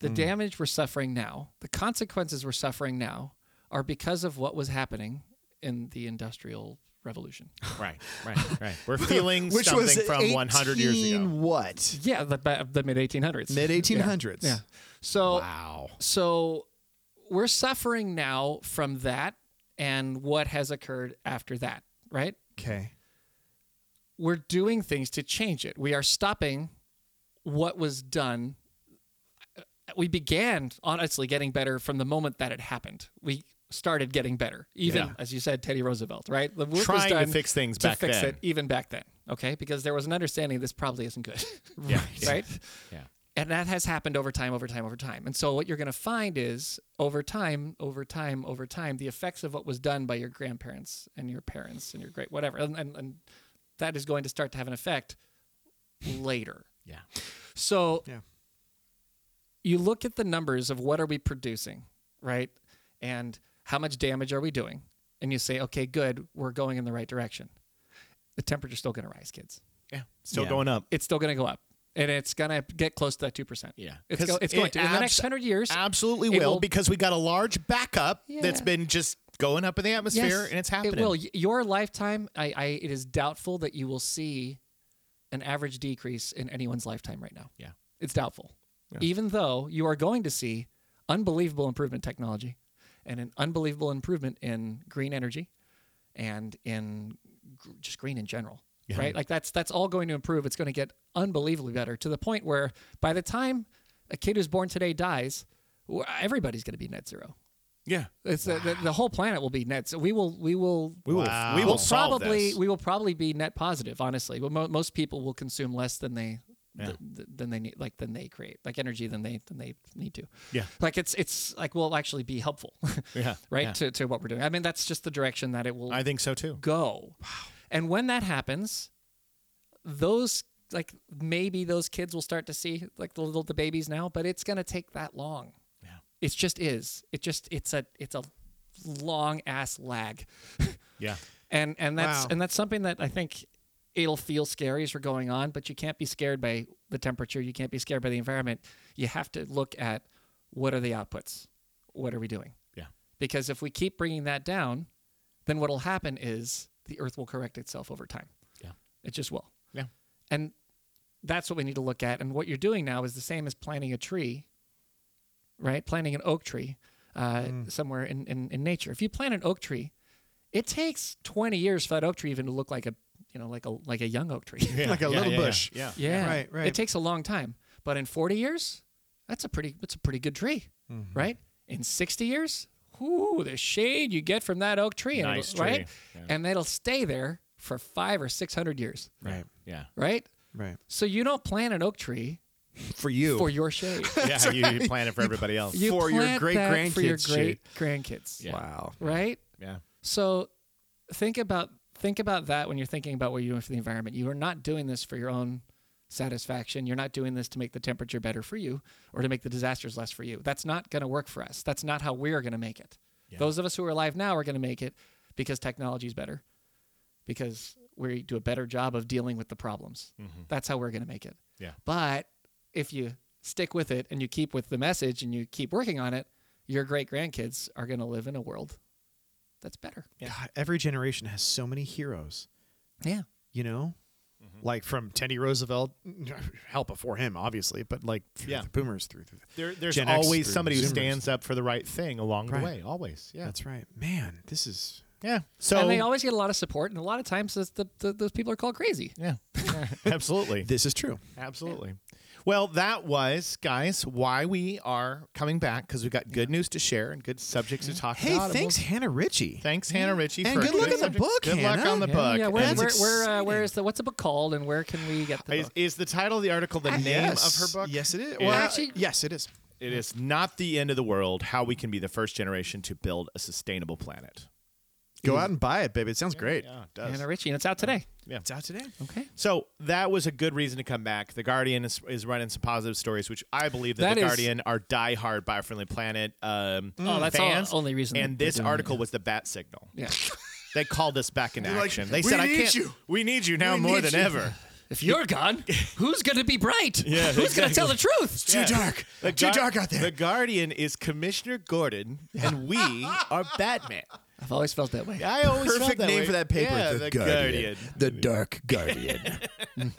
Speaker 3: The damage we're suffering now, the consequences we're suffering now, are because of what was happening in the industrial revolution.
Speaker 2: Right, right, right. We're feeling something from 100 years
Speaker 4: 18
Speaker 2: ago.
Speaker 4: What
Speaker 3: yeah, the ba- the mid 1800s.
Speaker 4: mid 1800s?
Speaker 3: Yeah. So
Speaker 2: Wow.
Speaker 3: so we're suffering now from that and what has occurred after that, right?
Speaker 4: Okay.
Speaker 3: we're doing things to change it. We are stopping what was done. We began honestly getting better from the moment that it happened. We started getting better, even as you said, Teddy Roosevelt, right? The work was
Speaker 2: Trying to
Speaker 3: done
Speaker 2: fix things
Speaker 3: to
Speaker 2: back
Speaker 3: fix
Speaker 2: then.
Speaker 3: it even back then, okay? Because there was an understanding this probably isn't good,
Speaker 2: Yeah.
Speaker 3: right?
Speaker 2: Yeah.
Speaker 3: And that has happened over time, over time, over time. And so what you're going to find is over time, over time, over time, the effects of what was done by your grandparents and your parents and your great whatever, and, and, and that is going to start to have an effect later.
Speaker 2: Yeah.
Speaker 3: So
Speaker 4: Yeah.
Speaker 3: you look at the numbers of what are we producing, right? And how much damage are we doing? And you say, okay, good, we're going in the right direction. The temperature's still going to rise, kids.
Speaker 2: Yeah. Still
Speaker 4: Yeah.
Speaker 2: going up.
Speaker 3: It's still going to go up. And it's going to get close to that 2%.
Speaker 2: Yeah.
Speaker 3: It's, go,
Speaker 2: 'Cause
Speaker 3: it's going
Speaker 2: it
Speaker 3: to. In the next
Speaker 2: abs-
Speaker 3: 100 years,
Speaker 2: Absolutely
Speaker 3: It
Speaker 2: will,
Speaker 3: will-
Speaker 2: because we got a large backup that's
Speaker 3: Yeah.
Speaker 2: been just going up in the atmosphere
Speaker 3: Yes,
Speaker 2: and it's happening.
Speaker 3: It will. Y- Your lifetime, I, I, it is doubtful that you will see an average decrease in anyone's lifetime right now.
Speaker 2: Yeah.
Speaker 3: It's doubtful. Even though you are going to see unbelievable improvement in technology and an unbelievable improvement in green energy and in gr- just green in general. Right? Like that's that's all going to improve. It's going to get unbelievably better to the point where by the time a kid who's born today dies, w- everybody's going to be net zero.
Speaker 2: Yeah.
Speaker 3: It's the, the, the whole planet will be net. So we will we will
Speaker 2: We will
Speaker 3: we'll
Speaker 2: we will solve
Speaker 3: probably
Speaker 2: this.
Speaker 3: we will probably be net positive. Honestly, well, mo- most people will consume less than they th- th- than they need like than they create like energy than they than they need to.
Speaker 2: Yeah.
Speaker 3: like it's it's like will actually be helpful.
Speaker 2: Yeah,
Speaker 3: right
Speaker 2: yeah.
Speaker 3: to to what we're doing. I mean that's just the direction that it will
Speaker 2: I think so too.
Speaker 3: go. And when that happens, those like maybe those kids will start to see like the little the babies now, but it's gonna take that long. Yeah. It just is. It just it's a it's a long ass lag.
Speaker 2: Yeah.
Speaker 3: And and that's
Speaker 4: Wow.
Speaker 3: and that's something that I think it'll feel scary as we're going on, but you can't be scared by the temperature, you can't be scared by the environment. You have to look at what are the outputs? What are we doing?
Speaker 2: Yeah.
Speaker 3: Because if we keep bringing that down, then what'll happen is the earth will correct itself over time.
Speaker 2: Yeah.
Speaker 3: It just will.
Speaker 2: Yeah.
Speaker 3: And that's what we need to look at. And what you're doing now is the same as planting a tree, right? Planting an oak tree uh,
Speaker 4: Mm.
Speaker 3: somewhere in, in, in nature. If you plant an oak tree, it takes 20 years for that oak tree even to look like a, you know, like a like a young oak tree.
Speaker 4: Like a
Speaker 2: yeah,
Speaker 4: little
Speaker 2: yeah,
Speaker 4: bush.
Speaker 2: Yeah. yeah.
Speaker 3: Yeah.
Speaker 4: Right, right.
Speaker 3: It takes a long time. But in 40 years, that's a pretty that's a pretty good tree.
Speaker 4: Mm-hmm.
Speaker 3: Right? In 60 years, whoo, the shade you get from that oak tree, and
Speaker 2: Nice
Speaker 3: it'll- right?
Speaker 2: tree. Yeah.
Speaker 3: And it'll stay there for 5 or 600 years,
Speaker 4: Right.
Speaker 2: Yeah.
Speaker 3: right?
Speaker 4: Right.
Speaker 3: So you don't plant an oak tree
Speaker 4: For you.
Speaker 3: for your shade.
Speaker 2: Yeah, you, you plan it for everybody else.
Speaker 3: You
Speaker 4: For your
Speaker 3: plant
Speaker 4: great
Speaker 3: that for your
Speaker 4: grandkids'
Speaker 3: great grandkids,
Speaker 2: Yeah.
Speaker 4: Wow.
Speaker 3: right?
Speaker 2: Yeah.
Speaker 3: So think about think about that when you're thinking about what you're doing for the environment. You are not doing this for your own satisfaction. You're not doing this to make the temperature better for you or to make the disasters less for you. That's not going to work for us. That's not how we're going to make it. Those of us who are alive now are going to make it because technology is better. Because we do a better job of dealing with the problems.
Speaker 4: Mm-hmm.
Speaker 3: That's how we're going to make it.
Speaker 2: Yeah.
Speaker 3: But if you stick with it and you keep with the message and you keep working on it, your great grandkids are going to live in a world that's better.
Speaker 4: God, every generation has so many heroes.
Speaker 3: Yeah.
Speaker 4: you know,
Speaker 2: Mm-hmm.
Speaker 4: like from Teddy Roosevelt, hell before him, obviously, but like through
Speaker 2: Yeah.
Speaker 4: the boomers through. through
Speaker 2: There, there's
Speaker 4: Gen X
Speaker 2: always
Speaker 4: through
Speaker 2: somebody who
Speaker 4: Zoomers.
Speaker 2: stands up for the right thing along
Speaker 4: Right.
Speaker 2: the way. Always. Yeah.
Speaker 4: That's right, man. This is
Speaker 2: yeah. So
Speaker 3: and they always get a lot of support, and a lot of times those, the, the, those people are called crazy.
Speaker 2: yeah. Absolutely.
Speaker 4: this is true.
Speaker 2: Absolutely. Well, that was, guys, why we are coming back because we've got good news to share and good subjects to talk
Speaker 4: Hey,
Speaker 2: about. and
Speaker 4: thanks,
Speaker 2: we'll-
Speaker 4: Hannah Ritchie.
Speaker 2: thanks, Hannah Ritchie. for
Speaker 4: And good luck
Speaker 2: picking
Speaker 4: on the
Speaker 2: subjects.
Speaker 4: book,
Speaker 2: Good luck
Speaker 4: Hannah.
Speaker 2: on the
Speaker 3: Yeah,
Speaker 2: book.
Speaker 3: yeah, where,
Speaker 4: That's
Speaker 3: where, where, uh,
Speaker 4: exciting.
Speaker 3: where is the what's the book called, and where can we get the
Speaker 2: Is,
Speaker 3: book?
Speaker 2: is the title of the article the name
Speaker 4: Ah, yes.
Speaker 2: of her book?
Speaker 4: Yes, it is.
Speaker 2: Yeah.
Speaker 4: Well,
Speaker 3: Actually-
Speaker 4: yes, it is.
Speaker 2: It is not the end of the world. How we can be the first generation to build a sustainable planet.
Speaker 4: Go out and buy it, baby. It sounds great.
Speaker 2: Yeah, it does.
Speaker 3: Anna Ritchie, and it's out today.
Speaker 4: It's out today.
Speaker 3: Okay.
Speaker 2: So that was a good reason to come back. The Guardian is, is running some positive stories, which I believe that,
Speaker 3: That
Speaker 2: the
Speaker 3: is-
Speaker 2: Guardian are diehard Biofriendly Planet um,
Speaker 3: Oh, that's all-
Speaker 2: fans.
Speaker 3: only reason
Speaker 2: And
Speaker 3: they're
Speaker 2: this
Speaker 3: doing it,
Speaker 2: article was the bat signal.
Speaker 3: Yeah.
Speaker 2: They called us back into
Speaker 1: like,
Speaker 2: action. They
Speaker 1: "We
Speaker 2: said, "I
Speaker 1: need
Speaker 2: can't.
Speaker 1: you.
Speaker 2: We need you now
Speaker 1: We
Speaker 2: more
Speaker 1: need
Speaker 2: than
Speaker 1: you."
Speaker 2: ever."
Speaker 3: If you're gone, who's going to be bright?
Speaker 2: Yeah,
Speaker 3: Who's going to tell the truth?
Speaker 1: Too dark.
Speaker 2: The
Speaker 1: Too
Speaker 2: Guar-
Speaker 1: dark out there.
Speaker 2: The Guardian is Commissioner Gordon, and we are Batman.
Speaker 3: I've always felt that way.
Speaker 2: I always felt
Speaker 5: Perfect name
Speaker 2: way.
Speaker 5: for that paper.
Speaker 2: Yeah,
Speaker 5: the, Guardian. The Dark Guardian.
Speaker 4: Mm.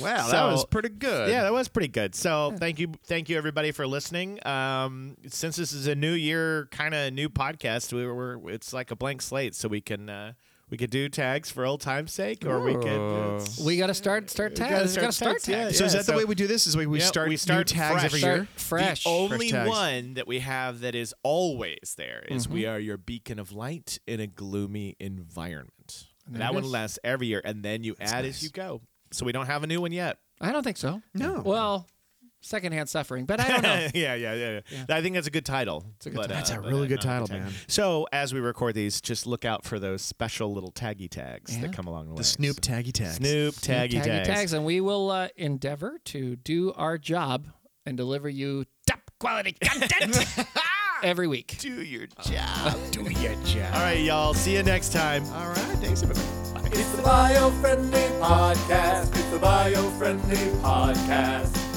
Speaker 4: Wow,
Speaker 2: So-
Speaker 4: that was pretty good.
Speaker 2: Yeah, that was pretty good. So thank you, thank you everybody for listening. Um, since this is a new year, kind of new podcast, we were it's like a blank slate, so we can uh, we could do tags for old time's sake, or we could. it's-
Speaker 3: We got to start start tags.
Speaker 2: gotta
Speaker 3: We got to start
Speaker 2: start tags,
Speaker 3: tags.
Speaker 4: So is
Speaker 2: Yeah,
Speaker 4: that
Speaker 2: so-
Speaker 4: the way we do this? Is the way we
Speaker 2: Yeah,
Speaker 4: start
Speaker 2: we start
Speaker 4: new tags
Speaker 2: fresh.
Speaker 4: every
Speaker 3: Start
Speaker 4: year?
Speaker 3: fresh.
Speaker 2: The only
Speaker 4: tags.
Speaker 2: one that we have that is always there is we
Speaker 3: Mm-hmm.
Speaker 2: are your beacon of light in a gloomy environment.
Speaker 3: there
Speaker 2: that
Speaker 3: it
Speaker 2: one
Speaker 3: is.
Speaker 2: lasts every year, and then you add as you go. So we don't have a new one yet.
Speaker 3: I don't think so.
Speaker 2: Oh.
Speaker 4: No.
Speaker 3: Well, secondhand suffering, but I don't know.
Speaker 2: yeah, yeah, yeah, yeah. I think that's a good title.
Speaker 3: a good
Speaker 2: but,
Speaker 3: title.
Speaker 2: uh,
Speaker 4: That's a
Speaker 2: but,
Speaker 4: really
Speaker 2: uh,
Speaker 4: good
Speaker 2: not a
Speaker 4: title,
Speaker 2: tag.
Speaker 4: man.
Speaker 2: So as we record these, just look out for those special little taggy tags
Speaker 3: Yeah.
Speaker 2: that come along the way.
Speaker 4: The Snoop Taggy Tags.
Speaker 2: Snoop taggy,
Speaker 3: taggy
Speaker 2: tags.
Speaker 3: tags, and we will uh, endeavor to do our job and deliver you top quality content every week.
Speaker 5: Do your job. Do your job.
Speaker 2: All right, y'all. See you next time.
Speaker 4: All right. Thanks, everybody.
Speaker 6: It's the bio-friendly podcast. It's the bio-friendly podcast.